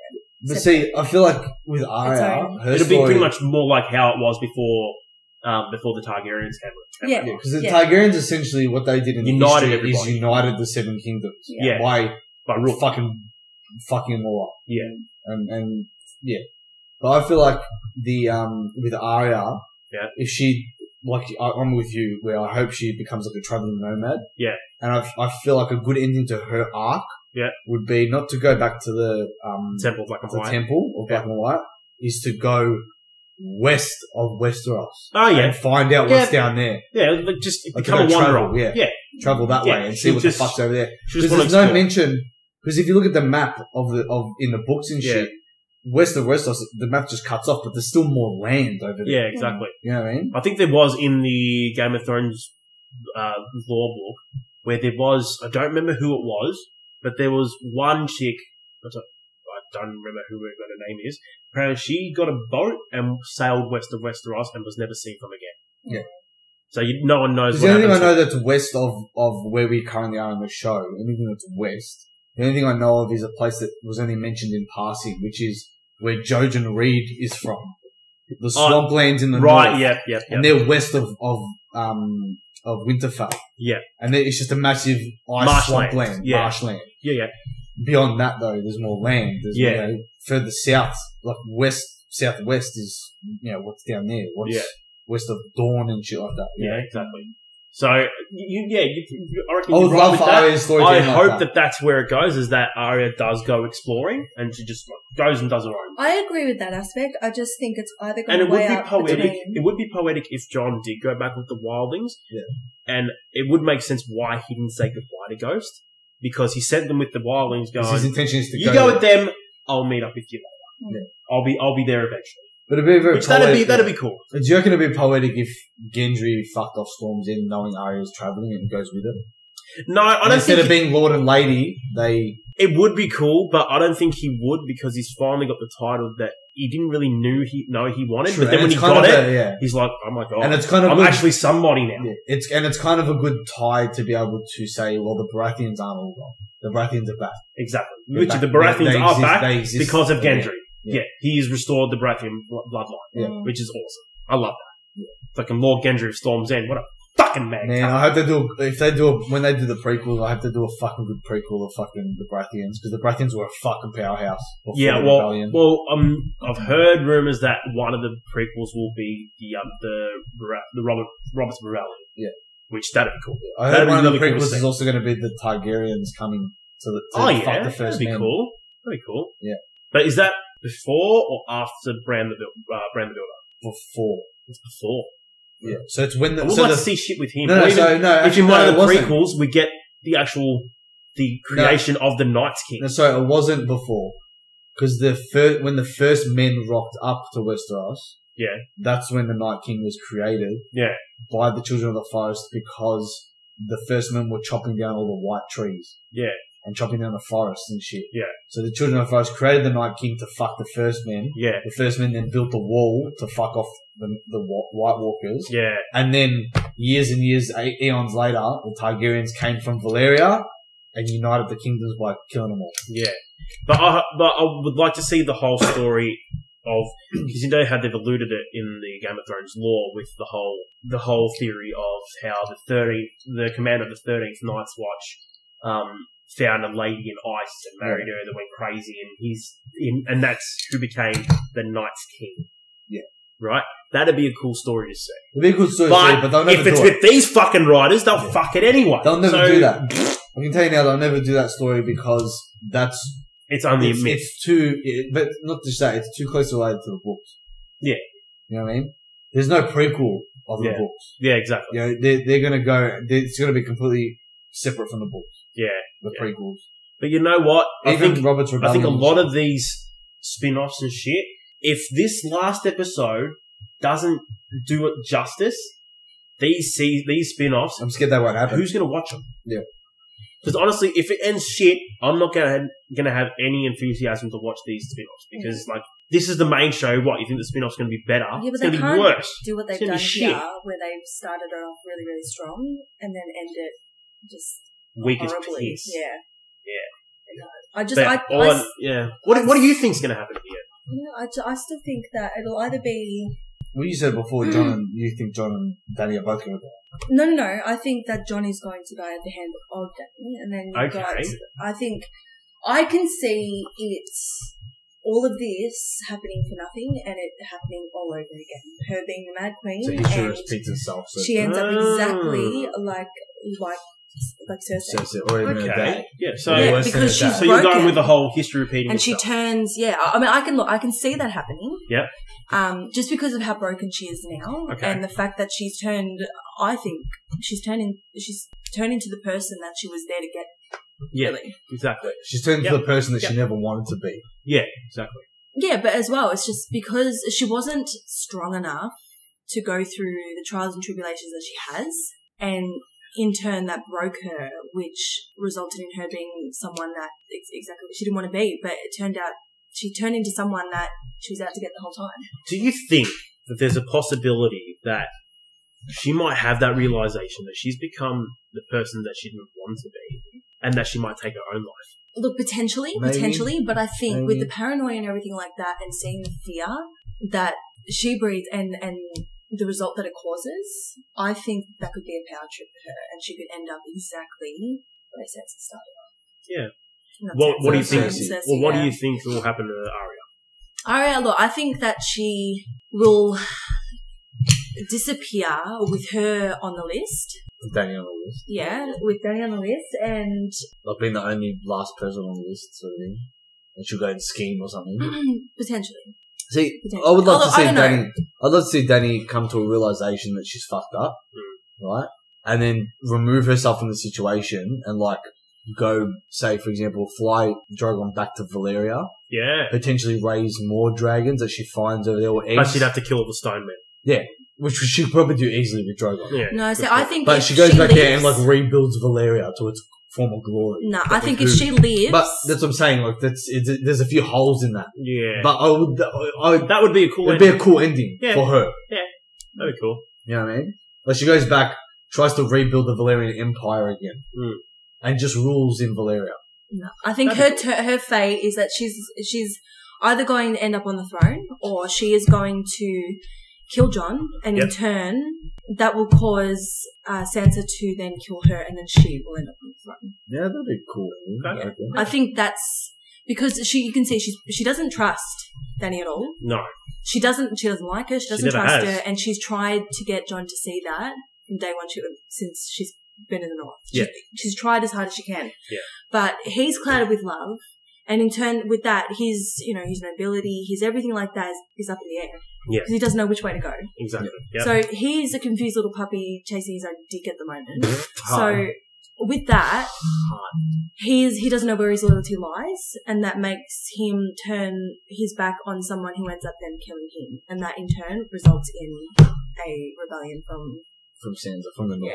But see, I feel like with Arya,
Sorry.
her
It'll be
story-
pretty much more like how it was before, um, before the Targaryens came. came
Yeah.
Yeah, because the
Yeah.
Targaryens essentially what they did in
United
united history is
everybody.
united the Seven Kingdoms.
Yeah.
By
by rule.
fucking fucking them all up.
Yeah.
And and yeah. But I feel like the um with Arya,
Yeah.
if she like I, I'm with you, where I hope she becomes like a traveling nomad.
Yeah.
And I, I feel like a good ending to her arc.
Yeah.
Would be not to go back to the um
Temple of Black and
the
White.
temple of black and white is to go west of Westeros
Oh yeah,
and find out what's down there.
yeah. Like just
Like
become a
to go
wanderer.
travel, yeah.
yeah,
Travel that
Yeah,
way and see
she'll
what
just-
the fuck's over there.
She
Because
just wants
there's
to
no
explore.
mention. Because if you look at the map of the of in the books and shit, west of Westeros, the map just cuts off, but there's still more land over there.
Yeah, exactly.
You know what I mean?
I think there was in the Game of Thrones uh, law book where there was I don't remember who it was, but there was one chick. I don't I don't remember who her her name is. Apparently, she got a boat and sailed west of Westeros and was never seen from again.
Yeah.
So you, no one knows.
Because
What
the only thing I
happens
know that's west of of where we currently are in the show, anything that's west, the only thing I know of is a place that was only mentioned in passing, which is where Jojen Reed is from. The swamplands in the
Oh, right?
north.
Yeah, yeah, yeah.
and they're west of of um of Winterfell.
Yeah.
and then it's just a massive ice
Marshland,
swamp land,
yeah.
marshland.
yeah, yeah.
Beyond that, though, there's more land. There's,
Yeah.
you know, further south, like west southwest is you know what's down there. What's
Yeah.
west of Dawn and shit like that. you
Yeah,
know?
exactly. So you, yeah, you, can- you, I reckon
I
you're
would
right
love
with
for
that.
Arya's story to
I
end like
hope
that.
that. that's where it goes. Is that Arya does go exploring and she just like, goes and does her own.
I agree with that aspect. I just think it's either going
And
to
it would
way
be
out
poetic.
between-
It would be poetic if John did go back with the wildlings.
Yeah.
And it would make sense why he didn't say goodbye to Ghost because he sent them with the wildlings,
'Cause His
going,
intention is to
"You go
there.
with them. I'll meet up with you later.
Yeah.
I'll be I'll be there eventually."
But it'd be very
Which that'd be
poetic.
that'd be cool.
Do you reckon it'd be poetic if Gendry fucked off Storm's End knowing Arya's travelling and goes with him?
No, I
And
don't
Instead
think
of being Lord and Lady, they
It would be cool, but I don't think he would because he's finally got the title that he didn't really knew he know he wanted.
True,
But then
and
when he
it's kind
got
of
it,
a- yeah.
he's like, "Oh my god,
And it's kind of
I'm
good.
actually somebody now."
Yeah. It's and it's kind of a good tie to be able to say, well, the Baratheons aren't all gone. The Baratheons are back.
Exactly,
They're
which
back.
the Baratheons
They- they
are
exist-
back
they exist.
because of Gendry. Yeah.
Yeah.
he has restored the Baratheon blo- bloodline,
Yeah.
Mm.
which is awesome. I love that. Fucking Lord Gendry of Storm's End. What a fucking man!
Man, I hope they do. A, if they do a, when they do the prequel, I hope they do a fucking good prequel of fucking the Baratheons because the Baratheons were a fucking powerhouse. before
Yeah,
the
well,
rebellion.
well, um, I've heard rumors that one of the prequels will be the um, the Ra- the Robert Robert's Morelli.
Yeah.
which that'd be cool.
I
that'd
heard
be
one of the
really cool
prequels
to
is
see.
also going to be the Targaryens coming to the to
Oh
fuck
yeah,
the first
that'd be
man.
cool. That'd be cool.
Yeah.
but is that before or after Brand the Buil- uh, Brand the Builder?
before.
It's before.
Yeah, so it's when
I
the
would
so
like
the
to see shit with him.
no,
Or
no,
even
so, no
if
actually,
in
no,
one of
it
the
wasn't.
prequels we get the actual the
No.
creation of the Night's King.
No, so it wasn't before because the first when the first men rocked up to Westeros.
Yeah.
that's when the Night King was created.
Yeah.
by the Children of the Forest because the first men were chopping down all the white trees.
Yeah.
and chopping down the forest and shit.
Yeah.
so the Children of the Forest created the Night King to fuck the first men.
Yeah,
The first men then built the wall to fuck off the, the Wa- White Walkers.
yeah,
And then years and years, a- eons later, the Targaryens came from Valyria and united the kingdoms by killing them all.
yeah. But I but I would like to see the whole story of because you know how they've alluded it in the Game of Thrones lore with the whole the whole theory of how the thirteenth the commander of the thirteenth Night's Watch um, found a lady in ice and married her that went crazy and he's in and that's who became the Night's King.
Yeah.
Right? That'd be a cool story to see.
It'd be a good story,
But,
too, but they'll never
if
do
it's
it.
with these fucking writers, they'll
Yeah.
fuck it anyway.
they'll
So,
never do that. I can tell you now, they'll never do that story because that's
It's only
it's,
a myth.
it's too. It, but not to say it's too closely related to the books.
Yeah.
you know what I mean. There's no prequel of the
Yeah.
books.
yeah, exactly.
You know, they're they're gonna go. they it's gonna be completely separate from the books.
Yeah.
The
Yeah.
prequels.
But you know what? I
Even
think
Robert's
I
Rebellion.
think a lot of these spin-offs and shit, if this last episode doesn't do it justice, these see these spin-offs,
I'm scared that won't happen.
who's going to watch them?
Yeah.
Because honestly, if it ends shit, I'm not going to going to have any enthusiasm to watch these spin-offs because like this is the main show. What you think the spin-off's going to be better?
Yeah, but
it's
they
going to be
can't
worse.
do what they've
It's gonna
done
be shit.
here, where they've started it off really, really strong and then end it just
Weak as
horribly.
piss.
Yeah.
Yeah.
I just,
But
I,
all
I
I- yeah. What, what do you think's going to happen here?
Yeah, I, ju- I still think that it'll either be
Well, you said before,
Hmm.
John and you think John and Danny are both going to die.
no, no, no. I think that Johnny's going to die at the hand of Danny, and then you
Okay.
guys. I think I can see it's all of this happening for nothing, and it happening all over again. Her being the Mad Queen,
So he should
and
repeats himself. So
she ends up
Oh.
exactly like like like Cersei,
so, or even her dad.
Okay. Yeah. So,
Yeah,
yeah,
worse than
because
her dad.
she's
so you're
broken.
going with the whole history repeating.
and she
itself.
turns. Yeah, I I mean, I can look, I can see that happening.
Yep.
Um, just because of how broken she is now,
Okay.
and the fact that she's turned, I think she's turning, she's turned into the person that she was there to get.
yeah.
Really.
Exactly.
She's turned into
Yep.
the person that she
Yep.
never wanted to be.
Yeah. Exactly.
Yeah, but as well, it's just because she wasn't strong enough to go through the trials and tribulations that she has, and in turn that broke her, which resulted in her being someone that ex- exactly what she didn't want to be. But it turned out she turned into someone that she was out to get the whole time.
Do you think that there's a possibility that she might have that realization that she's become the person that she didn't want to be, and that she might take her own life?
Look, potentially,
Maybe.
potentially, but I think with
Maybe.
the paranoia and everything like that, and seeing the fear that she breathes and and the result that it causes, I think that could be a power trip for her, and she could end up exactly where Cersei started off.
Yeah.
Not
What, what do you
Cersei,
think?
Cersei,
well, what
yeah.
do you think will happen to Arya?
Aria, look, I think that she will disappear with her on the list
Danny on the list.
Yeah, with Danny on the list, and [clears throat]
Like being the only last person on the list, sort of thing. And she'll go and scheme or something.
potentially.
See,
Potentially.
I would love
Although,
to see
I don't know.
Danny. I'd love to see Danny come to a realization that she's fucked up,
Hmm.
right? And then remove herself from the situation and like go, say, for example, fly Drogon back to Valeria,
Yeah.
potentially raise more dragons that she finds over there or
But
eggs,
she'd have to kill the stone man.
which she could probably do easily with Drogon.
Yeah.
No, so I think
But
if
she goes back there and
leaves-
like rebuilds Valeria to its former glory.
No, I think if
who-
she leaves,
But that's what I'm saying. Like that's it's, there's a few holes in that.
Yeah.
But I would, I would,
that would be a cool
it'd
ending.
be a cool ending
Yeah.
for her.
That'd be cool.
You know what I mean? Like she goes back, tries to rebuild the Valerian Empire again,
Mm.
and just rules in Valeria.
no, I think her
That'd
ter- her fate is that she's she's either going to end up on the throne or she is going to kill John, and in
Yep.
turn that will cause uh, Sansa to then kill her, and then she will end up on the throne.
Yeah, that'd be cool.
Okay.
I think.
I think that's because she you can see she's she doesn't trust Danny at all.
No.
She doesn't she doesn't like her, she doesn't
never
trust
has.
her, and she's tried to get John to see that from day one she, since she's been in the north. She's,
Yeah.
she's tried as hard as she can.
Yeah.
But he's clouded with love. And in turn, with that, his, you know, his nobility, his everything like that is, is up in the air.
Yeah.
Because he doesn't know which way to go.
Exactly. Yeah.
So he's a confused little puppy chasing his own dick at
[laughs]
the moment.
Hard.
So with that, he's he doesn't know where his loyalty lies, and that makes him turn his back on someone who ends up then killing him, and that in turn results in a rebellion from
from Sansa, from the north.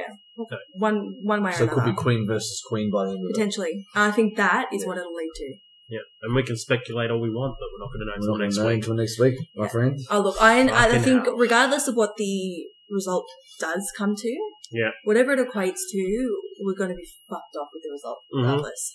yeah one one way or
So it could
another
be queen versus queen by the end of it.
potentially. I think that is what it'll lead to.
yeah. And we can speculate all we want, but we're not going to know
We're
until
not
next
gonna know
week.
Until next week, my
Yeah.
friend.
Oh look, I I
Fucking
think
hell.
regardless of what the result does come to,
Yeah.
whatever it equates to, we're going to be fucked off with the result
Mhm.
Mm-hmm.
regardless.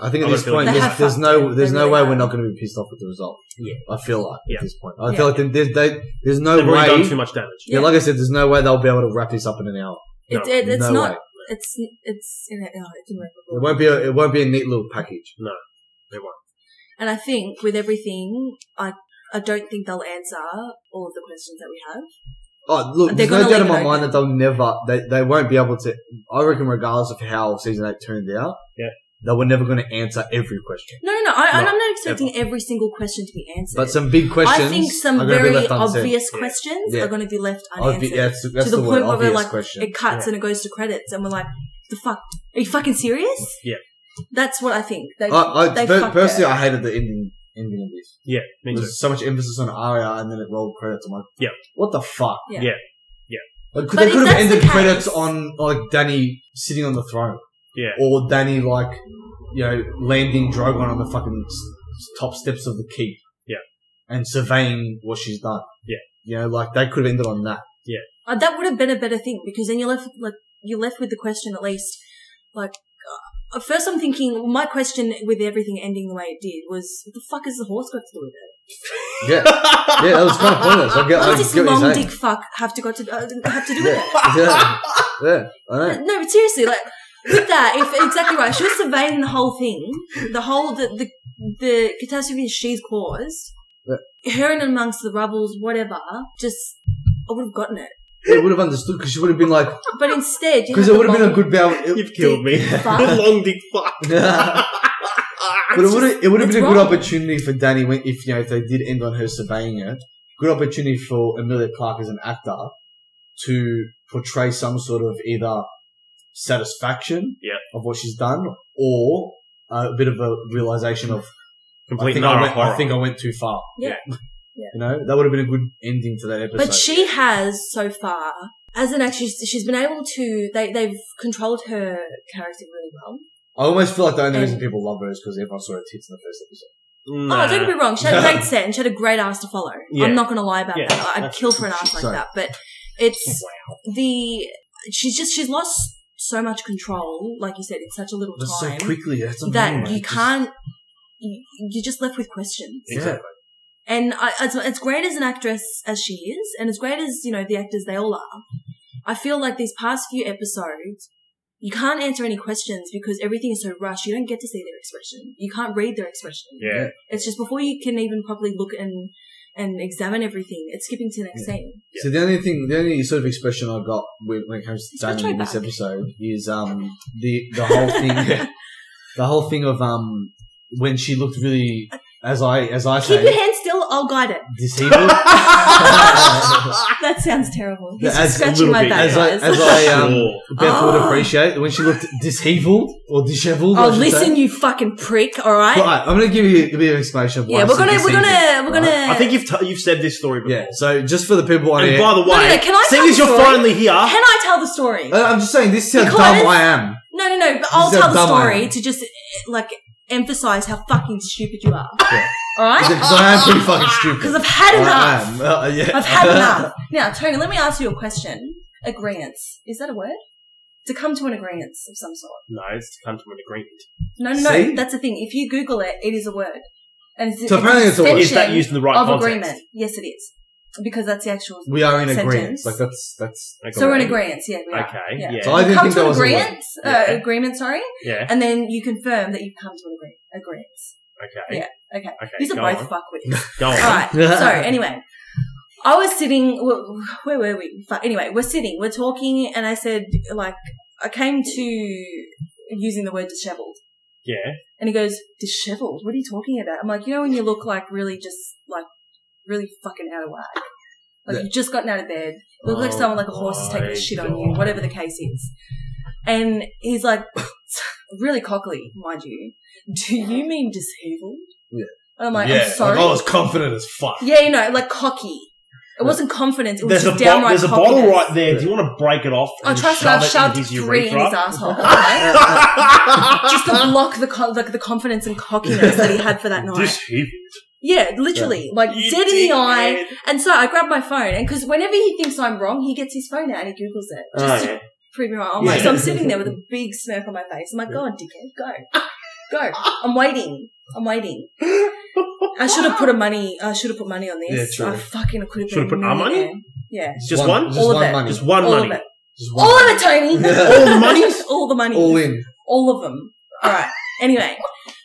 I think at
I
this
feel like
point,
they
there's,
have
there's
fucked
no,
it.
there's
They
no
really
way
have.
we're not going to be pissed off with the result.
Yeah.
I feel like
Yeah.
at this point, I
Yeah.
feel like there's, they, there's no
They've already
way.
done too much damage.
yeah, like I said, there's no way they'll be able to wrap this up in an hour.
It, it, it's
no
not.
way.
It's it's you know, oh, it's irrevocable.
It won't be. A, it won't be a neat little package.
And I think with everything, I I don't think they'll answer all of the questions that we have.
Oh, look,
They're
there's no
gonna
doubt in
leave
my
it
mind that they'll never, they, they won't be able to, I reckon regardless of how season 8 turned out,
Yeah.
they were never going to answer every question.
No, no, no. I,
No,
I'm not expecting every single question to be answered.
But some big questions.
I think some
are gonna be
very
left unsaid.
obvious
Yeah.
questions
Yeah.
are going to be left unanswered.
Obvi- that's, that's
to
the,
the,
word,
point where we're
obvious
like,
question.
it cuts and it goes to credits, and we're like, the fuck? Are you fucking serious?
Yeah.
That's what I think. They,
I, I,
they
per-
fucked
personally,
it.
I hated the ending, ending of this.
Yeah. Me too.
There's so much emphasis on Arya and then it rolled credits. I'm like,
Yeah.
what the fuck?
Yeah.
Yeah. Yeah.
Like,
But
they
if
could have
that's the
ended
case-
credits on, like, Danny sitting on the throne. [laughs]
Yeah.
Or Danny, like, you know, landing Drogon on the fucking s- s- top steps of the keep.
Yeah.
And surveying what she's done.
Yeah.
You know, like, they could have ended on that.
Uh, that would have been a better thing because then you're left like you're left with the question at least. Like uh, at first, I'm thinking my question with everything ending the way it did was, what the fuck is the horse got to do with
[laughs]
it?
Yeah. yeah, that was kind of pointless. I get,
What
I get
does this
what you're
long
saying.
dick fuck have to got to uh, have to do with
Yeah.
it?
[laughs] yeah. Yeah. I know.
No, but seriously, like with that, if exactly right, she was surveying the whole thing, the whole the the, the catastrophe she's caused. Her and amongst the rubbles, whatever, just I would have gotten it.
It would have understood because she would have been like,
But instead, you
because
have
it
the
would have been a
long-
good bow. it-
You've killed me.
fuck.
[laughs] Long dick fuck.
[laughs]
but it would have, it would have
it's
been a good
wrong.
opportunity for Danny when, if you know if they did end on her surveying it. Good opportunity for Amelia Clark as an actor to portray some sort of either satisfaction
Yeah.
of what she's done or a bit of a realization of I
Complete
think
Nara
I, went,
horror.
I think I went too far.
Yeah.
You know, that would have been a good ending to that episode.
But she has so far, as an actress, she's been able to. They they've controlled her character really well.
I almost feel like the only
And-
reason people love her is because everyone saw her tits in the first episode.
Nah.
Oh, don't get me wrong, she had a great set and she had a great ass to follow.
Yeah.
I'm not going to lie about
Yeah.
that. I'd kill for an ass like
Sorry.
that. But it's the she's just she's lost so much control, like you said, in such a little
Just so
time
quickly. That's amazing,
that
like,
you
just-
can't. You, you're just left with questions.
Yeah.
And I, as, as great as an actress as she is, and as great as, you know, the actors they all are, I feel like these past few episodes, you can't answer any questions because everything is so rushed. You don't get to see their expression. You can't read their expression.
Yeah.
It's just before you can even properly look and, and examine everything. It's skipping to the next
Yeah.
scene.
So the only thing, the only sort of expression I got with, when it comes to
Let's
Damon in
try
this
back.
episode is um the the
[laughs]
whole thing, the whole thing of um when she looked really, as I as I
Keep your
say,
hand still. I'll guide it.
disabled.
[laughs] That sounds terrible. He's
Yeah, as-
just
a
scratching
little
my
bit.
back,
as I
guys.
as I um
Sure.
Beth would
Oh.
appreciate when she looked disabled or dishevelled. I
oh,
should
listen,
say.
you fucking prick. All right.
Right, I'm gonna give you a bit of explanation. Of why I
yeah, we're
said
gonna we're
disabled.
gonna we're gonna.
I think you've t- you've said this story before.
Yeah, so just for the people on
And
here,
by the way,
no, no, can I tell
seeing
the
as you're
story?
finally here,
Can I tell the story?
I- I'm just saying this is how
Because-
dumb I am.
No, no, no. But I'll
This is
tell
a
the
dumb
story
iron.
to just eh, like emphasize how fucking stupid you are.
Yeah.
All right?
Because I am pretty fucking
[laughs]
stupid.
Because I've had
I
enough.
am. Uh, yeah. [laughs]
I've had enough. Now, Tony, let me ask you a question. Agreement. Is that a word? To come to an agreement of some sort.
no, it's to come to an agreement.
No, no, no.
See?
That's the thing. If you Google it, it is a word. And it's,
So apparently it's a word.
Is that used in the right
of
context?
agreement. Yes, it is. Because that's the actual.
We are in
Sentence.
agreement. Like that's that's.
Okay.
So we're in agreement. Yeah, we are.
Okay, yeah.
So I
You
didn't
come
think
to
that
an
was a word.
agreement, uh,
Yeah.
agreement, sorry,
yeah.
and then you confirm that you've come to an agreement. Agreement.
Okay.
Yeah, okay.
Okay.
These are
go
both
on. [laughs]
fuckwits.
Go on.
All right. So
[laughs]
anyway, I was sitting. wh- Where were we? Fu- Anyway, we're sitting. We're talking, and I said, like, I came to using the word dishevelled,
Yeah.
and he goes, "Dishevelled? What are you talking about?" I'm like, you know, when you look like really just like really fucking out of whack, like
Yeah.
you've just gotten out of bed. Look like
Oh
someone like a horse has taken
my
a shit on you,
God.
whatever the case is. And he's like, [coughs] really cockily, mind you. Do you mean dishevelled?
Yeah.
And I'm like, I'm sorry.
Like, I was confident as fuck.
Yeah, you know, like cocky. It wasn't confidence. It was
There's a,
just
bo-
downright
there's a bottle
cockiness.
right there. Do you want to break it off?
Oh,
and
trust me,
shove
I've
it in
shoved
his
three in
[laughs]
his
urethra?
asshole. okay? just to block the co- like the confidence and cockiness that he
[laughs]
had for that night.
This heap.
yeah, literally, like
You
dead in the eye.
dickhead.
And so I grabbed my phone, and because whenever he thinks I'm wrong, he gets his phone out and he googles it just
Oh,
to
yeah.
prove me wrong. I'm like,
Yeah.
so I'm sitting there
[laughs]
with a big smirk on my face. I'm like, go on, dickhead, go, go. I'm waiting. I'm waiting. I should have put a money. I should have put money on this.
Yeah, true.
I fucking could have.
Should've
been
put our money?
millionaire. Yeah,
It's just one?
Just
All of
one
it.
money.
Just one
all
money.
of it.
Just one
All of
money.
it,
[laughs]
Tony. [laughs]
All the money?
all the money.
All in.
All of them. All right. Anyway,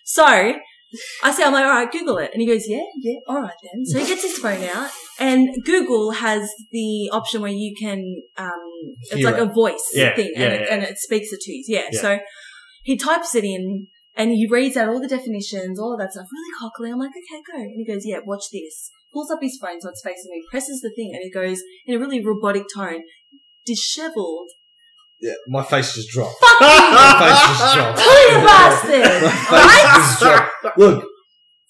so I say, I'm like, all right, Google it. And he goes, yeah, yeah, all right then. So he gets his phone out and Google has the option where you can, um, it's
Hear
like a voice
Yeah,
thing
yeah,
and, it,
yeah.
and it speaks it to you. Yeah.
Yeah.
So he types it in and he reads out all the definitions, all of that stuff really cockily. I'm like, okay, go. And he goes, yeah, watch this. Pulls up his phone so it's facing me, presses the thing and he goes in a really robotic tone,
[laughs]
disheveled.
Yeah, my face just dropped.
Fuck you!
My face
[laughs]
just dropped.
Tony
My
bastard!
face just dropped. Look,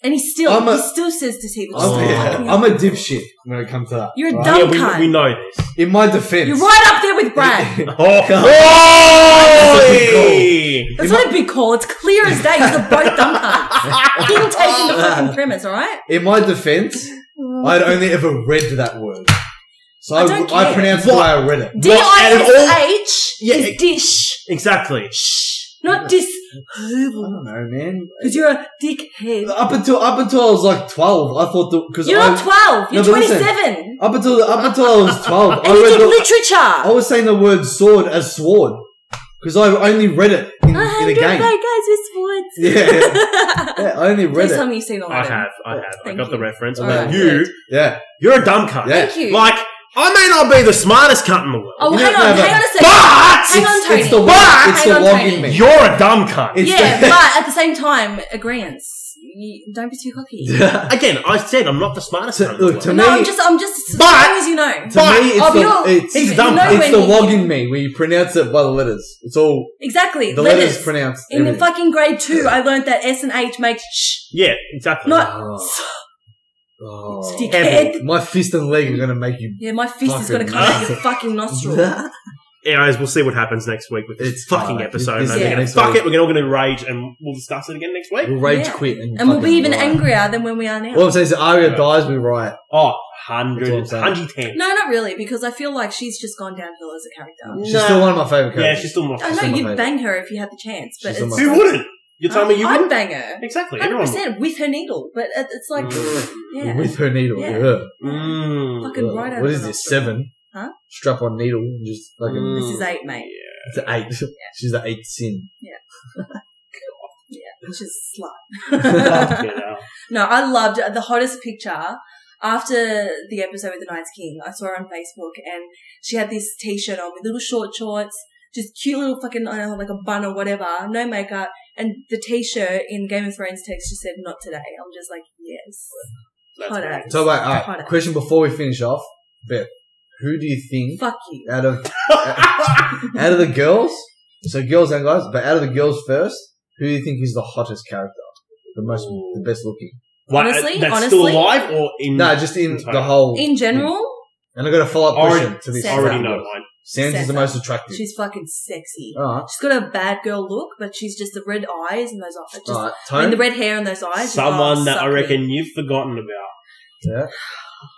And he still,
I'm a-
he still says to T, which is
Oh.
I'm,
fucking-
yeah, I'm a dipshit when it comes to that.
You're a
right?
[laughs]
dumb
Yeah, we,
cunt.
we know
[laughs]
this.
In my defense,
You're right up there with Brad.
Oh,
That's
That's not a big call. It's clear as day. You're both dumb
[laughs]
cunts. Didn't take in the fucking premise, all right?
In my defense, I'd only ever read that word, so
I
I,
don't
I
care.
pronounced it the way I read it.
D I S H
Yeah,
is
it-
dish,
exactly.
not dis.
I don't know, man.
Because you're a dickhead.
Up until up until I was like twelve, I thought because
You're not 12. You're
No, but listen.
27.
up until up until I was twelve, I
[laughs] And you
read
did
the, I
literature.
was saying the word sword as sword because I only read it in,
A
in a
hundred
game.
guys with swords.
Yeah, yeah, [laughs] yeah, I only read
Please tell
it.
me you've seen all
I
of them.
have, I have. I
Thank
got the
you.
reference.
All
And then
right,
you,
good.
Yeah,
you're a dumb cunt.
Yeah.
Thank you.
Like, I may not be the smartest cunt in the world,
oh,
You
hang
don't
on,
know
hang on a second.
but
Hang on, Tony.
it's the
But-
wog. It's the
Hang on,
wog
Tony.
in me.
you're a dumb cunt.
It's
yeah,
the-
but at the same time, agreements. You, don't be too
[laughs]
cocky.
Again, I said I'm not the smartest
To-
cunt in the
look,
world.
to
no,
me-
I'm just, I'm just, as
But-
long as you know.
to me, it's
of
the,
your-
it's,
He's
you
dumb.
know
it's
when
the
you-
wog in me where you pronounce it by the letters. It's all
Exactly,
the letters,
letters.
pronounced.
In the
everything.
fucking grade two, I learned that S and H makes sh,
yeah, exactly.
not
Oh. Oh.
dickhead.
My fist and leg are gonna make you.
Yeah, my fist is going
Fucking
to come out your fucking nostril.
[laughs]
Anyways, we'll see what happens next week with this
It's
fucking
fine.
episode.
This-
and
yeah.
we're gonna
next
fuck
week.
it. We're all gonna rage, and we'll discuss it again next week.
We'll rage
Yeah.
quit, and,
and we'll be
fucking
even
riot.
angrier than when we are now.
What I'm saying is, Arya
Yeah.
dies, we riot.
Oh, 100,
That's what I'm
110.
no, not really, because I feel like she's just gone downhill as a character.
She's
No.
still one of my favorite
Yeah,
characters.
she's still more.
She's
I
on
know
my
you'd
favourite.
bang her if you had the chance, but
She's on
it's
my
Who wouldn't? You're telling me you
I'd
wouldn't?
bang her.
Exactly. Everyone.
100% with her needle, but it- it's like, yeah.
Mm. with her needle.
Yeah.
yeah.
Mm.
[laughs] Fucking right out
what
of
is
her
this?
nostril.
Seven? Hmm.
Huh?
Strap on needle and just fucking.
Mm.
This is eight, mate.
It's an eight. [laughs] She's the eighth sin.
Yeah, which is slut.
Yeah.
[laughs]
[laughs] no, I loved it. the hottest picture. after the episode with the Night's King, I saw her on Facebook and she had this t-shirt on with little short shorts, just cute little fucking, I don't know, like a bun or whatever, no makeup. And the t-shirt in Game of Thrones text just said, not today. I'm just like, yes. Hot
That's [laughs]
ass.
So wait, alright.
Hot ass.
Question before we finish off, Beth, who do you think
Fuck you.
out of
uh,
out of the girls? So girls and guys, but out of the girls first, who do you think is the hottest character, the most, the best looking?
What,
Honestly,
that's still
honestly.
alive or in?
No, just in
Entire.
the whole.
In general,
and I got a follow up
Mm. Already-
question to this.
I
I already
Sansa.
know mine.
Sansa's the
Sansa.
most attractive.
she's fucking sexy.
all right,
She's got a bad girl look, but she's just the red eyes and those eyes. Just,
all right.
I
Tone.
mean, the red hair and those eyes. just, oh,
Someone that I
suck me.
reckon you've forgotten about.
yeah.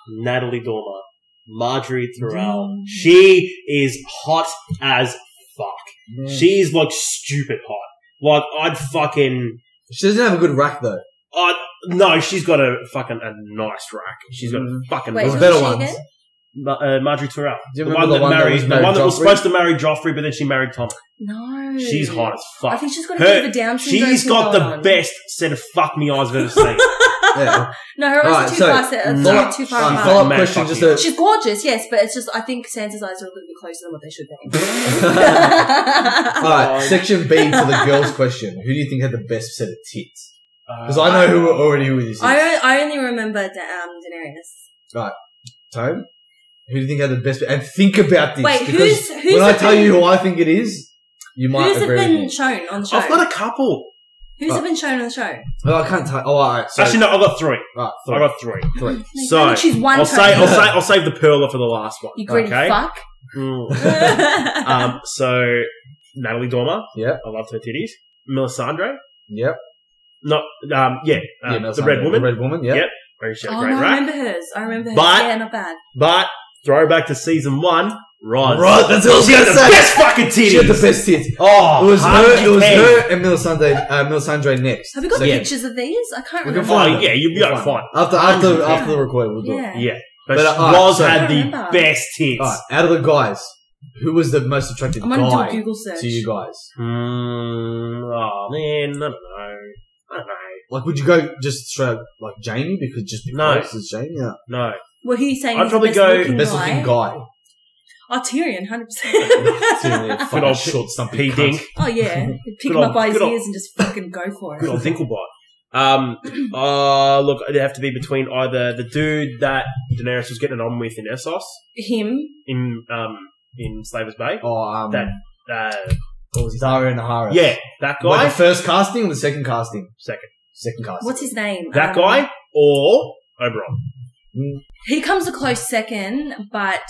Natalie Dormer. Marjorie Thorell.
Mm.
She is hot as fuck.
Yeah. She,
She's like stupid hot. Like I'd fucking
doesn't have a good rack though.
I no, she's got a fucking a nice rack. She's got a
Mhm.
fucking
Wait,
There's
who's
nice.
better
she
ones.
again?
Ma- uh, Marjorie Terrell,
Do you
the
remember
one that married,
was
the one that was
Joffrey?
supposed to marry Joffrey, but then she married Tom.
No.
She's hot as
I
fuck.
Hmm. think she's got a
Her-
bit of a down syndrome.
She's
thing
got
going
the
on.
best set of fuck me eyes I've ever seen.
Yeah.
No,
Alright,
her eyes are too
so-
far set.
Mm.
Sorry, too far
Nah.
apart.
follow up
Man,
um, question
fuck
just
you.
a.
She's gorgeous, yes, but it's just I think Santa's eyes are a little bit closer than what they should
[laughs]
be. [laughs]
all
Oh,
right, section B for
[laughs]
the girls' question. Who do you think had the best set of tits? [laughs] Because I know who already who this is.
I, I only remember da- um, Daenerys.
Tone? Who do you think had the best? And think about this.
Wait,
because
who's who's
when I
it
tell
been,
you who I think it is, you might
who's it
agree.
been
with me.
shown on the show?
I've got a couple.
who's
Oh.
it been shown on the show?
Well, I can't tell. Oh, all right. So,
Actually, no, I've got three.
all right,
I
sorry.
got three.
Correct.
So,
I think she's one.
I'll
Tony.
say, I'll say, I'll save the perler for the last one.
you greedy
okay. [laughs]
fuck. [laughs] Oh,
Mm. um, so Natalie Dormer.
Yep.
I loved her titties. Melisandre.
Yep.
Not um, yeah, uh,
Yeah, no,
the
sorry.
red woman.
The red woman. Yep.
Yep. Very she
oh
had a
no,
great
I
rack.
remember hers. I remember hers.
But-
yeah, not bad.
But throw back to season one, Roz.
Right. That's what I was
She had
gonna
the
say.
best fucking titties.
She had the best tits.
oh,
It was her. It was
110.
her and Melisandre. Uh, Melisandre next.
Have we got
So-
pictures of these? I can't
We can
remember.
find
Oh yeah, you'll be able to find.
After after
110.
after the record, we'll do it.
yeah.
Yeah, but,
But,
she-
uh, alright,
Roz
so-
had the
I remember.
best tits.
All right. Out of the guys, who was the most attractive
I'm gonna do a
guy
Google search.
to you guys?
Mm, oh man, I don't know. I don't know.
Like, would you go just straight up, like Jamie because just
No.
because it's Jamie? Yeah.
No,
Well, who's saying
I'd
he's
probably
the
go-
best looking
Best
guy?
looking guy.
[laughs] Oh, Tyrion, hundred percent.
Fucking
Good old
short, stumpy
P
cunt.
Dink.
Oh yeah, pick
Good
him
old-
up by his
good old-
ears and just fucking go for
Good
it.
old Dinklebot. Um, [clears throat] uh, look, it'd have to be between either the dude that Daenerys was getting on with in Essos,
Him,
in um, in Slaver's Bay.
Oh, um,
That- Uh,
what was his Dario Nahara.
yeah, that
Guy?
guy,
the first casting or the second casting?
Second.
Second casting.
what's his name?
that
Um,
guy, or
[laughs]
Oberon.
He comes a close second, but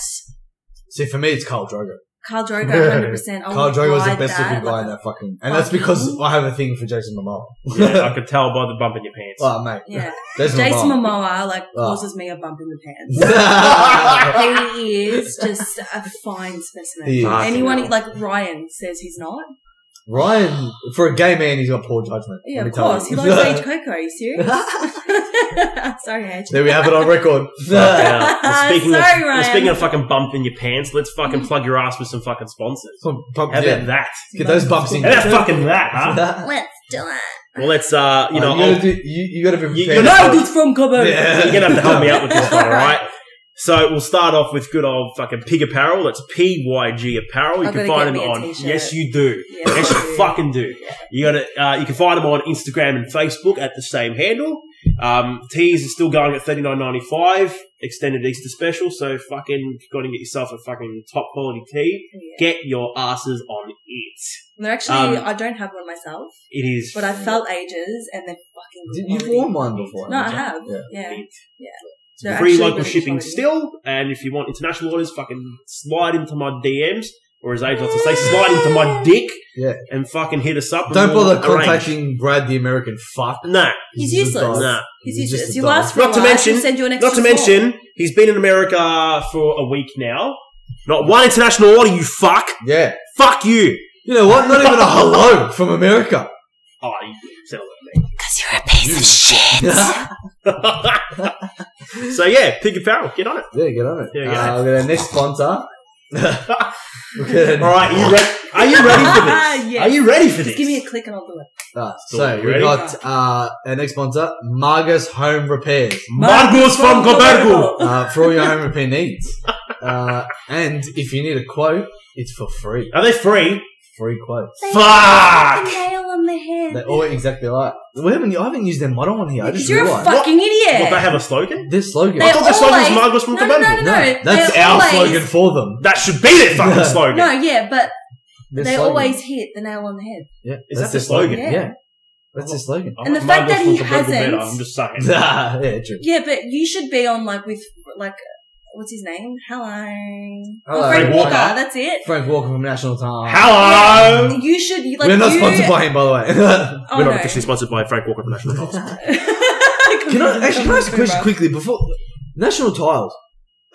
See, for me, it's Carl Drogo.
Carl Drogo, hundred percent.
Carl Drogo was the best looking guy in that fucking. And that's
Fucking-
because I have a thing for Jason Momoa.
Yeah, I could tell by the bump in your pants.
oh, mate.
Yeah,
Jason,
Jason
Momoa.
Momoa like
Oh.
causes me a bump in the pants. he is just a fine specimen.
He is.
Anyone like Ryan says he's not.
[laughs] Ryan, for a gay man, he's got poor judgment.
Yeah,
let me
of
tell
course. He
you.
likes
[laughs]
Age Coco. Are you serious? [laughs] Sorry, Age.
there we have it on [laughs] record.
Yeah.
[laughs]
Well, uh, speaking
Sorry,
of
Ryan.
speaking of fucking bump in your pants, let's fucking plug your ass with some fucking sponsors.
So, bump-
How
yeah.
about that?
Get those bumps [laughs] in.
How about fucking that,
[laughs]
huh?
Let's do it.
Well, let's uh, you know,
you
I'll-
gotta, do, you, you gotta be prepared.
You-
for-
you're not-
it's from Cabo.
Yeah.
You're gonna have to help me out with [laughs] this one, all right? So we'll start off with good old fucking pig apparel. That's P Y G apparel. You
I've
can
gotta
find
get
them
me a
on.
t-shirt.
Yes, you do.
Yes,
Yes,
I [laughs]
you
do.
fucking do. You gotta. Uh, you can find them on Instagram and Facebook at the same handle. Um, tees is still going at thirty nine ninety five. Extended Easter special. So fucking gotta get yourself a fucking top quality tee.
Yeah.
Get your asses on it.
They're actually,
Um,
I don't have one myself,
It is.
but I felt ages and they're fucking
Did-
good.
You've worn
quality.
one before.
No, I
haven't you?
have.
Yeah.
Yeah.
Neat.
Yeah.
It's
They're
free
actually
local
really
shipping
quality.
still, and if you want international orders, fucking slide into my DMs, or as Abe likes to say, slide into my dick,
Yeah.
and fucking hit us up. and
Don't
we'll
bother
arrange.
contacting Brad the American fuck.
No,
He's
He's just
useless.
a
no.
He's
He's just
useless.
a
You last for
Not
a
to
while,
mention-
he'll send you an extra
Not to
small.
mention, he's been in America for a week now. Not one international order, you fuck.
Yeah.
Fuck you.
You know what? Not even a hello from [laughs] America.
Oh, you said a
yeah,
lot of me. [laughs] so yeah, pig apparel, get on it.
get on it.
Yeah, get
[laughs] Uh, we've got our next sponsor, Good.
All right,
[laughs]
you re- are you ready
[laughs]
for this?
Ah, Yes.
Are you ready for this?
Just give me a click and I'll do it.
Alright,
Cool.
so we
Ready?
got uh, our next sponsor, Margus Home Repairs.
Margus from Gobergo.
Uh, for all your home repair needs. Uh, and if you need a quote, it's for free.
Are they free?
Free quotes.
Fuck!
Nail on the head.
They're all exactly right. We haven't, I haven't used their model on here. I just
You're a
realized.
fucking idiot.
What, they have a slogan?
Their slogan.
They
I thought their slogan was
always-
Margus from
no, no, no,
Gobergo.
no, no.
that's
They're
our
always-
slogan for them.
That should be their fucking
No.
slogan.
No, yeah, but
Their
they
slogan.
always hit the nail on the head.
Yeah,
Is
that's
that the
their slogan.
slogan?
Yeah.
Yeah.
that's their slogan.
I
And
like
the fact
Margus
that
from
he
Gobergo better,
hasn't-
I'm just saying.
[laughs] yeah, true.
Yeah, but you should be on like with like what's his name? Hello,
Hello.
Oh, Frank
Frank
Walker.
Walker.
That's it.
Frank Walker from National Time.
Hello!
You should you- like
We're not
you,
sponsored by him, by the way.
Oh,
We're not
no. [laughs]
officially sponsored by Frank Walker from National Health.
[laughs] can I actually can I ask a question quickly before National Tiles?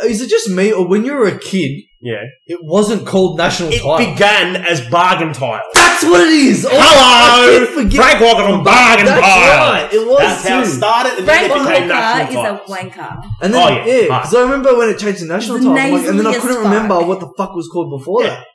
Is it just me, or when you were a kid,
Yeah.
it wasn't called National
It
Tiles?
began as bargain tiles.
That's what it is. Oh, I
Hello!
did forget.
Frank Walker from bargain
That's
tiles.
right. It was
That's how it
too.
started, and
Frank
then it became
Walker is
National
a
Tiles.
wanker.
And then,
Oh, yeah.
yeah, because I remember when it changed to National
It's
Tiles, I'm like, and then I
nasally as
couldn't
fuck.
remember what the fuck was called before
Yeah.
that.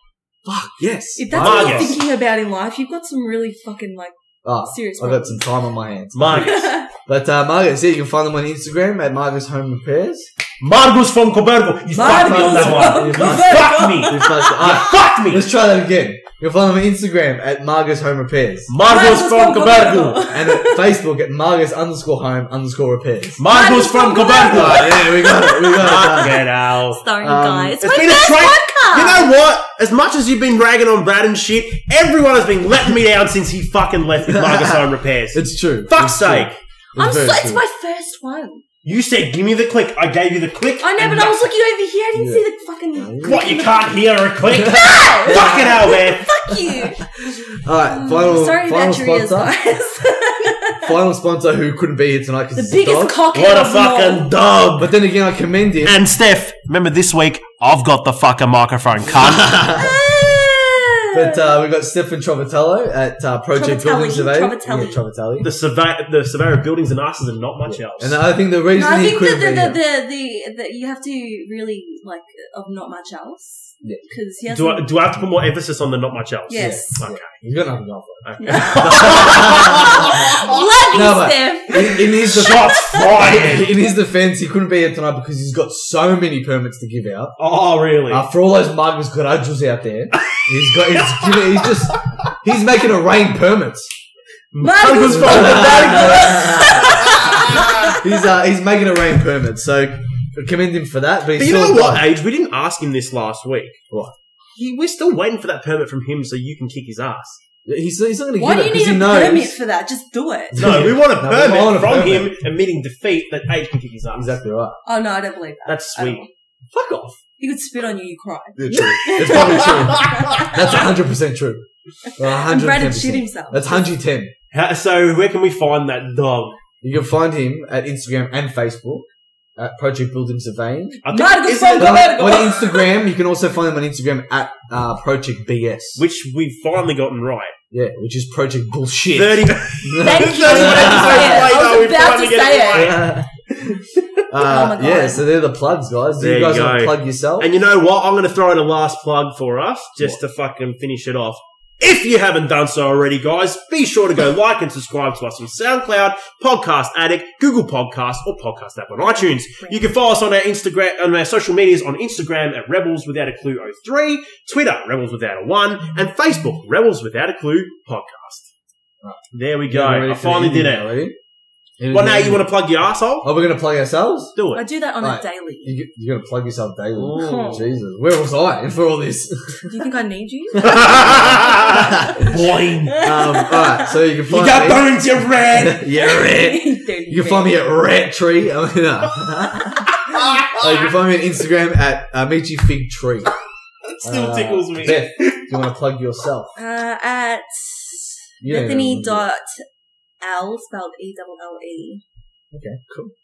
Fuck Ah, yes.
If that's what you're
Margus.
thinking about in life, you've got some really fucking like
Ah,
serious.
I've got some time on my hands.
Margus.
But uh, Margus, yeah, you can find them on Instagram at Margus Home Repairs.
Margus from Cobergo. You fucked me on
Margus
that one.
from
You
Coburgo.
fucked me.
If that's-
You [laughs]
ah,
fucked me.
let's try that again. You'll find them on Instagram at Margus Home Repairs.
Margus from Cobergo.
and
[laughs]
at Facebook at Margus underscore home underscore repairs.
Margus from Cobergo.
Alright, yeah, we got it. We
[laughs]
got it.
Get out.
Sorry,
Um,
guys. It's,
it's
my
been a
first
tra-
podcast.
You know what? As much as you've been ragging on Brad and shit, everyone has been letting me down since he fucking left with
[laughs]
Margus Home Repairs.
It's true.
Fuck's
It's true.
sake.
I'm
very
so, it's
true.
my first one.
You said, give me the click. I gave you the click.
I know,
and
but I was looking over here. I didn't see the
[laughs]
fucking.
nothing. What, you can't hear a click?
[laughs] No!
Fucking hell, man.
Fuck you.
All right, final,
Sorry
final
about your ears, [laughs]
sponsor.
guys.
Final sponsor who couldn't be here tonight because
The
it's a dog.
biggest cock
What
out
a
of them all.
fucking dub.
But then again, I commend him.
[laughs]
And Steph, remember this week, I've got the fucking microphone, cunt.
[laughs] Ah.
But uh, we got Stefan Trovatello at uh, Project
Trovatelli,
Building Survey.
Trovatelli.
Yeah, Trovatelli.
the survey, the surveyor of buildings and asses and not much else.
And I think the
no,
reason
I
he
think
couldn't
that the,
be here.
the, the, the, you have to really like of not much else
Yeah.
because he has.
do I,
[laughs]
do I have to put more emphasis on the not much else?
yes. [laughs]
Okay.
He's got nothing on
[laughs]
for
Love you,
No, but- [laughs]
Steph.
it. In, in his
[laughs]
def-
[laughs]
Shots fired.
in his defense, he couldn't be here tonight because he's got so many permits to give out.
oh, really?
Uh, for all those Marcus Garajos out there, he's
[laughs]
got he's, giving, he's just he's making a rain permits.
Marcus
Marcus
from
[laughs] he's uh, he's making a rain permit, so commend him for that. But, he's
But you know
still
what,
done.
Age? We didn't ask him this last week.
What?
He, we're still waiting for that permit from him so you can kick his ass.
He's, he's not going to
Why
give
do
it
you
because
need
he
a
knows.
permit for that? Just do it.
No, we want a
[laughs] No, we
permit
want a
from
permit.
him admitting defeat that Age can kick his ass.
Exactly right.
Oh no, I don't believe that.
That's
I don't.
sweet. Fuck
[laughs]
off.
He could spit on you, you cry.
It's probably true. That's hundred percent true.
And
hundred
Brad had shit
percent.
himself.
That's hundred ten.
How- so where can we find that dog?
You can find him at Instagram and Facebook at Project Build Him
[laughs]
Surveying.
I think-
Marcus
isn't
from
it-
On, on
Gobergo.
Instagram, you can also find him on Instagram at uh, Project BS,
which we've finally gotten right.
yeah, which is Project Bullshit. [laughs]
30,
Thank you.
31
Yeah,
episodes
I
later,
was
we
about
finally
to
get it
say it.
right. [laughs]
Uh,
Oh God.
yeah, so they're the plugs, guys. Do
There
you
you
guys want
go.
to plug yourself?
And you know what? I'm going to throw in a last plug for us just to fucking finish it off. If you haven't done so already, guys, be sure to
[laughs]
go like and subscribe to us on SoundCloud, Podcast Addict, Google Podcasts, or Podcast App on iTunes. You can follow us on our Instagram, on our social medias on Instagram at Rebels Without a Clue 03, Twitter, Rebels Without a 1, and Facebook, Rebels Without a Clue Podcast. There we
You
go.
ready
I
for the
finally did
evening
it.
Already?
Well, now you want to plug your asshole?
Oh, we're gonna plug ourselves.
Do
I
it.
do that on
Right.
a daily.
You, you're gonna plug yourself daily.
Ooh.
[laughs] Jesus, where was I [laughs] for all
[laughs]
this?
Do you think I
[laughs]
need you?
Boing.
Um, all right,
[laughs]
so you can
You
find
got
me.
burned, you
[laughs]
red.
yeah, rat. You can find me at Rat [laughs] Tree. I mean, no.
[laughs]
Uh, you can find me on Instagram at uh, Michi Fig Tree.
[laughs]
Uh,
Still tickles me.
Beth, do you want to plug
[laughs]
yourself?
Uh, at
You don't
Bethany
even-
E
[laughs]
dot L spelled E double L E.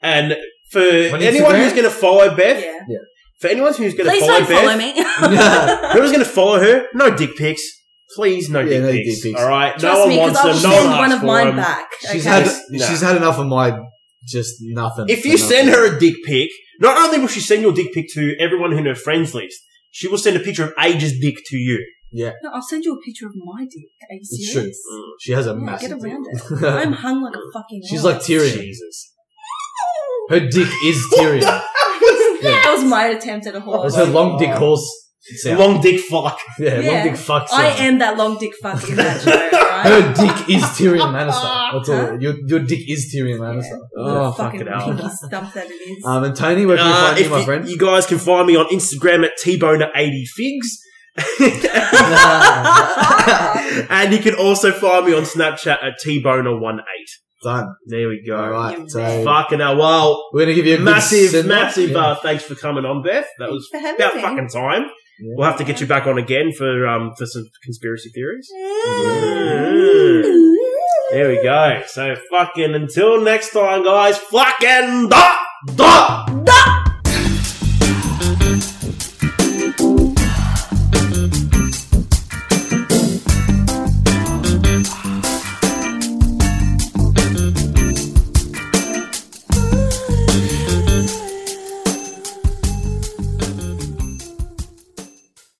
And for
On
anyone
Instagram?
who's going to follow Beth,
Yeah.
for anyone who's going to
Please
follow
don't
Beth,
follow me. [laughs]
whoever's going to follow her, no dick pics. Please, no,
Yeah,
dick,
no
pics.
dick pics.
All right, no
Trust me,
one
because
wants them. No
I'll just send
one,
one
asks
of
for
mine
them.
back.
She's
okay?
had
No.
she's had enough of my just nothing.
If you
for
send
nothing.
her a dick pic, not only will she send your dick pic to everyone in her friends list, She will send a picture of age's dick to
[laughs]
you.
No, I'll send you a picture of my dick. Are you
It's
serious?
Mm.
She has a
Yeah,
massive.
get around
dick. [laughs]
it. I'm hung like a fucking.
She's
hog.
like Tyrion.
Jesus.
Her dick is
[laughs]
Tyrion. Yeah.
That was my attempt at a whore.
It's her long dick horse. sound.
Long dick fuck.
[laughs] yeah,
Yeah.
long dick fuck.
I
sound.
am that long dick fuck in that joke, right?
Her dick is Tyrion Lannister. That's
Huh?
all. Your, your dick is Tyrion Lannister. Oh, fuck
fucking
it
hell.
pinky stump that it is.
Um, and Tony, where can you
Uh,
find
if
you, my
you,
friend?
[laughs]
[laughs]
you guys can find me on Instagram at [laughs]
[laughs]
tboner80figs. [laughs] and you can also find me on Snapchat at tboner18.
Done.
There we go.
All
You
right. So
Fucking hell. Well,
we're gonna give you a good
massive,
send-off.
massive
Yeah.
uh, thanks for coming on, Beth. That was
For having
about
me.
fucking time.
Yeah.
We'll have to get you back on again for um for some conspiracy theories.
Mm.
There we go. So fucking until next time, guys. Fucking da da da.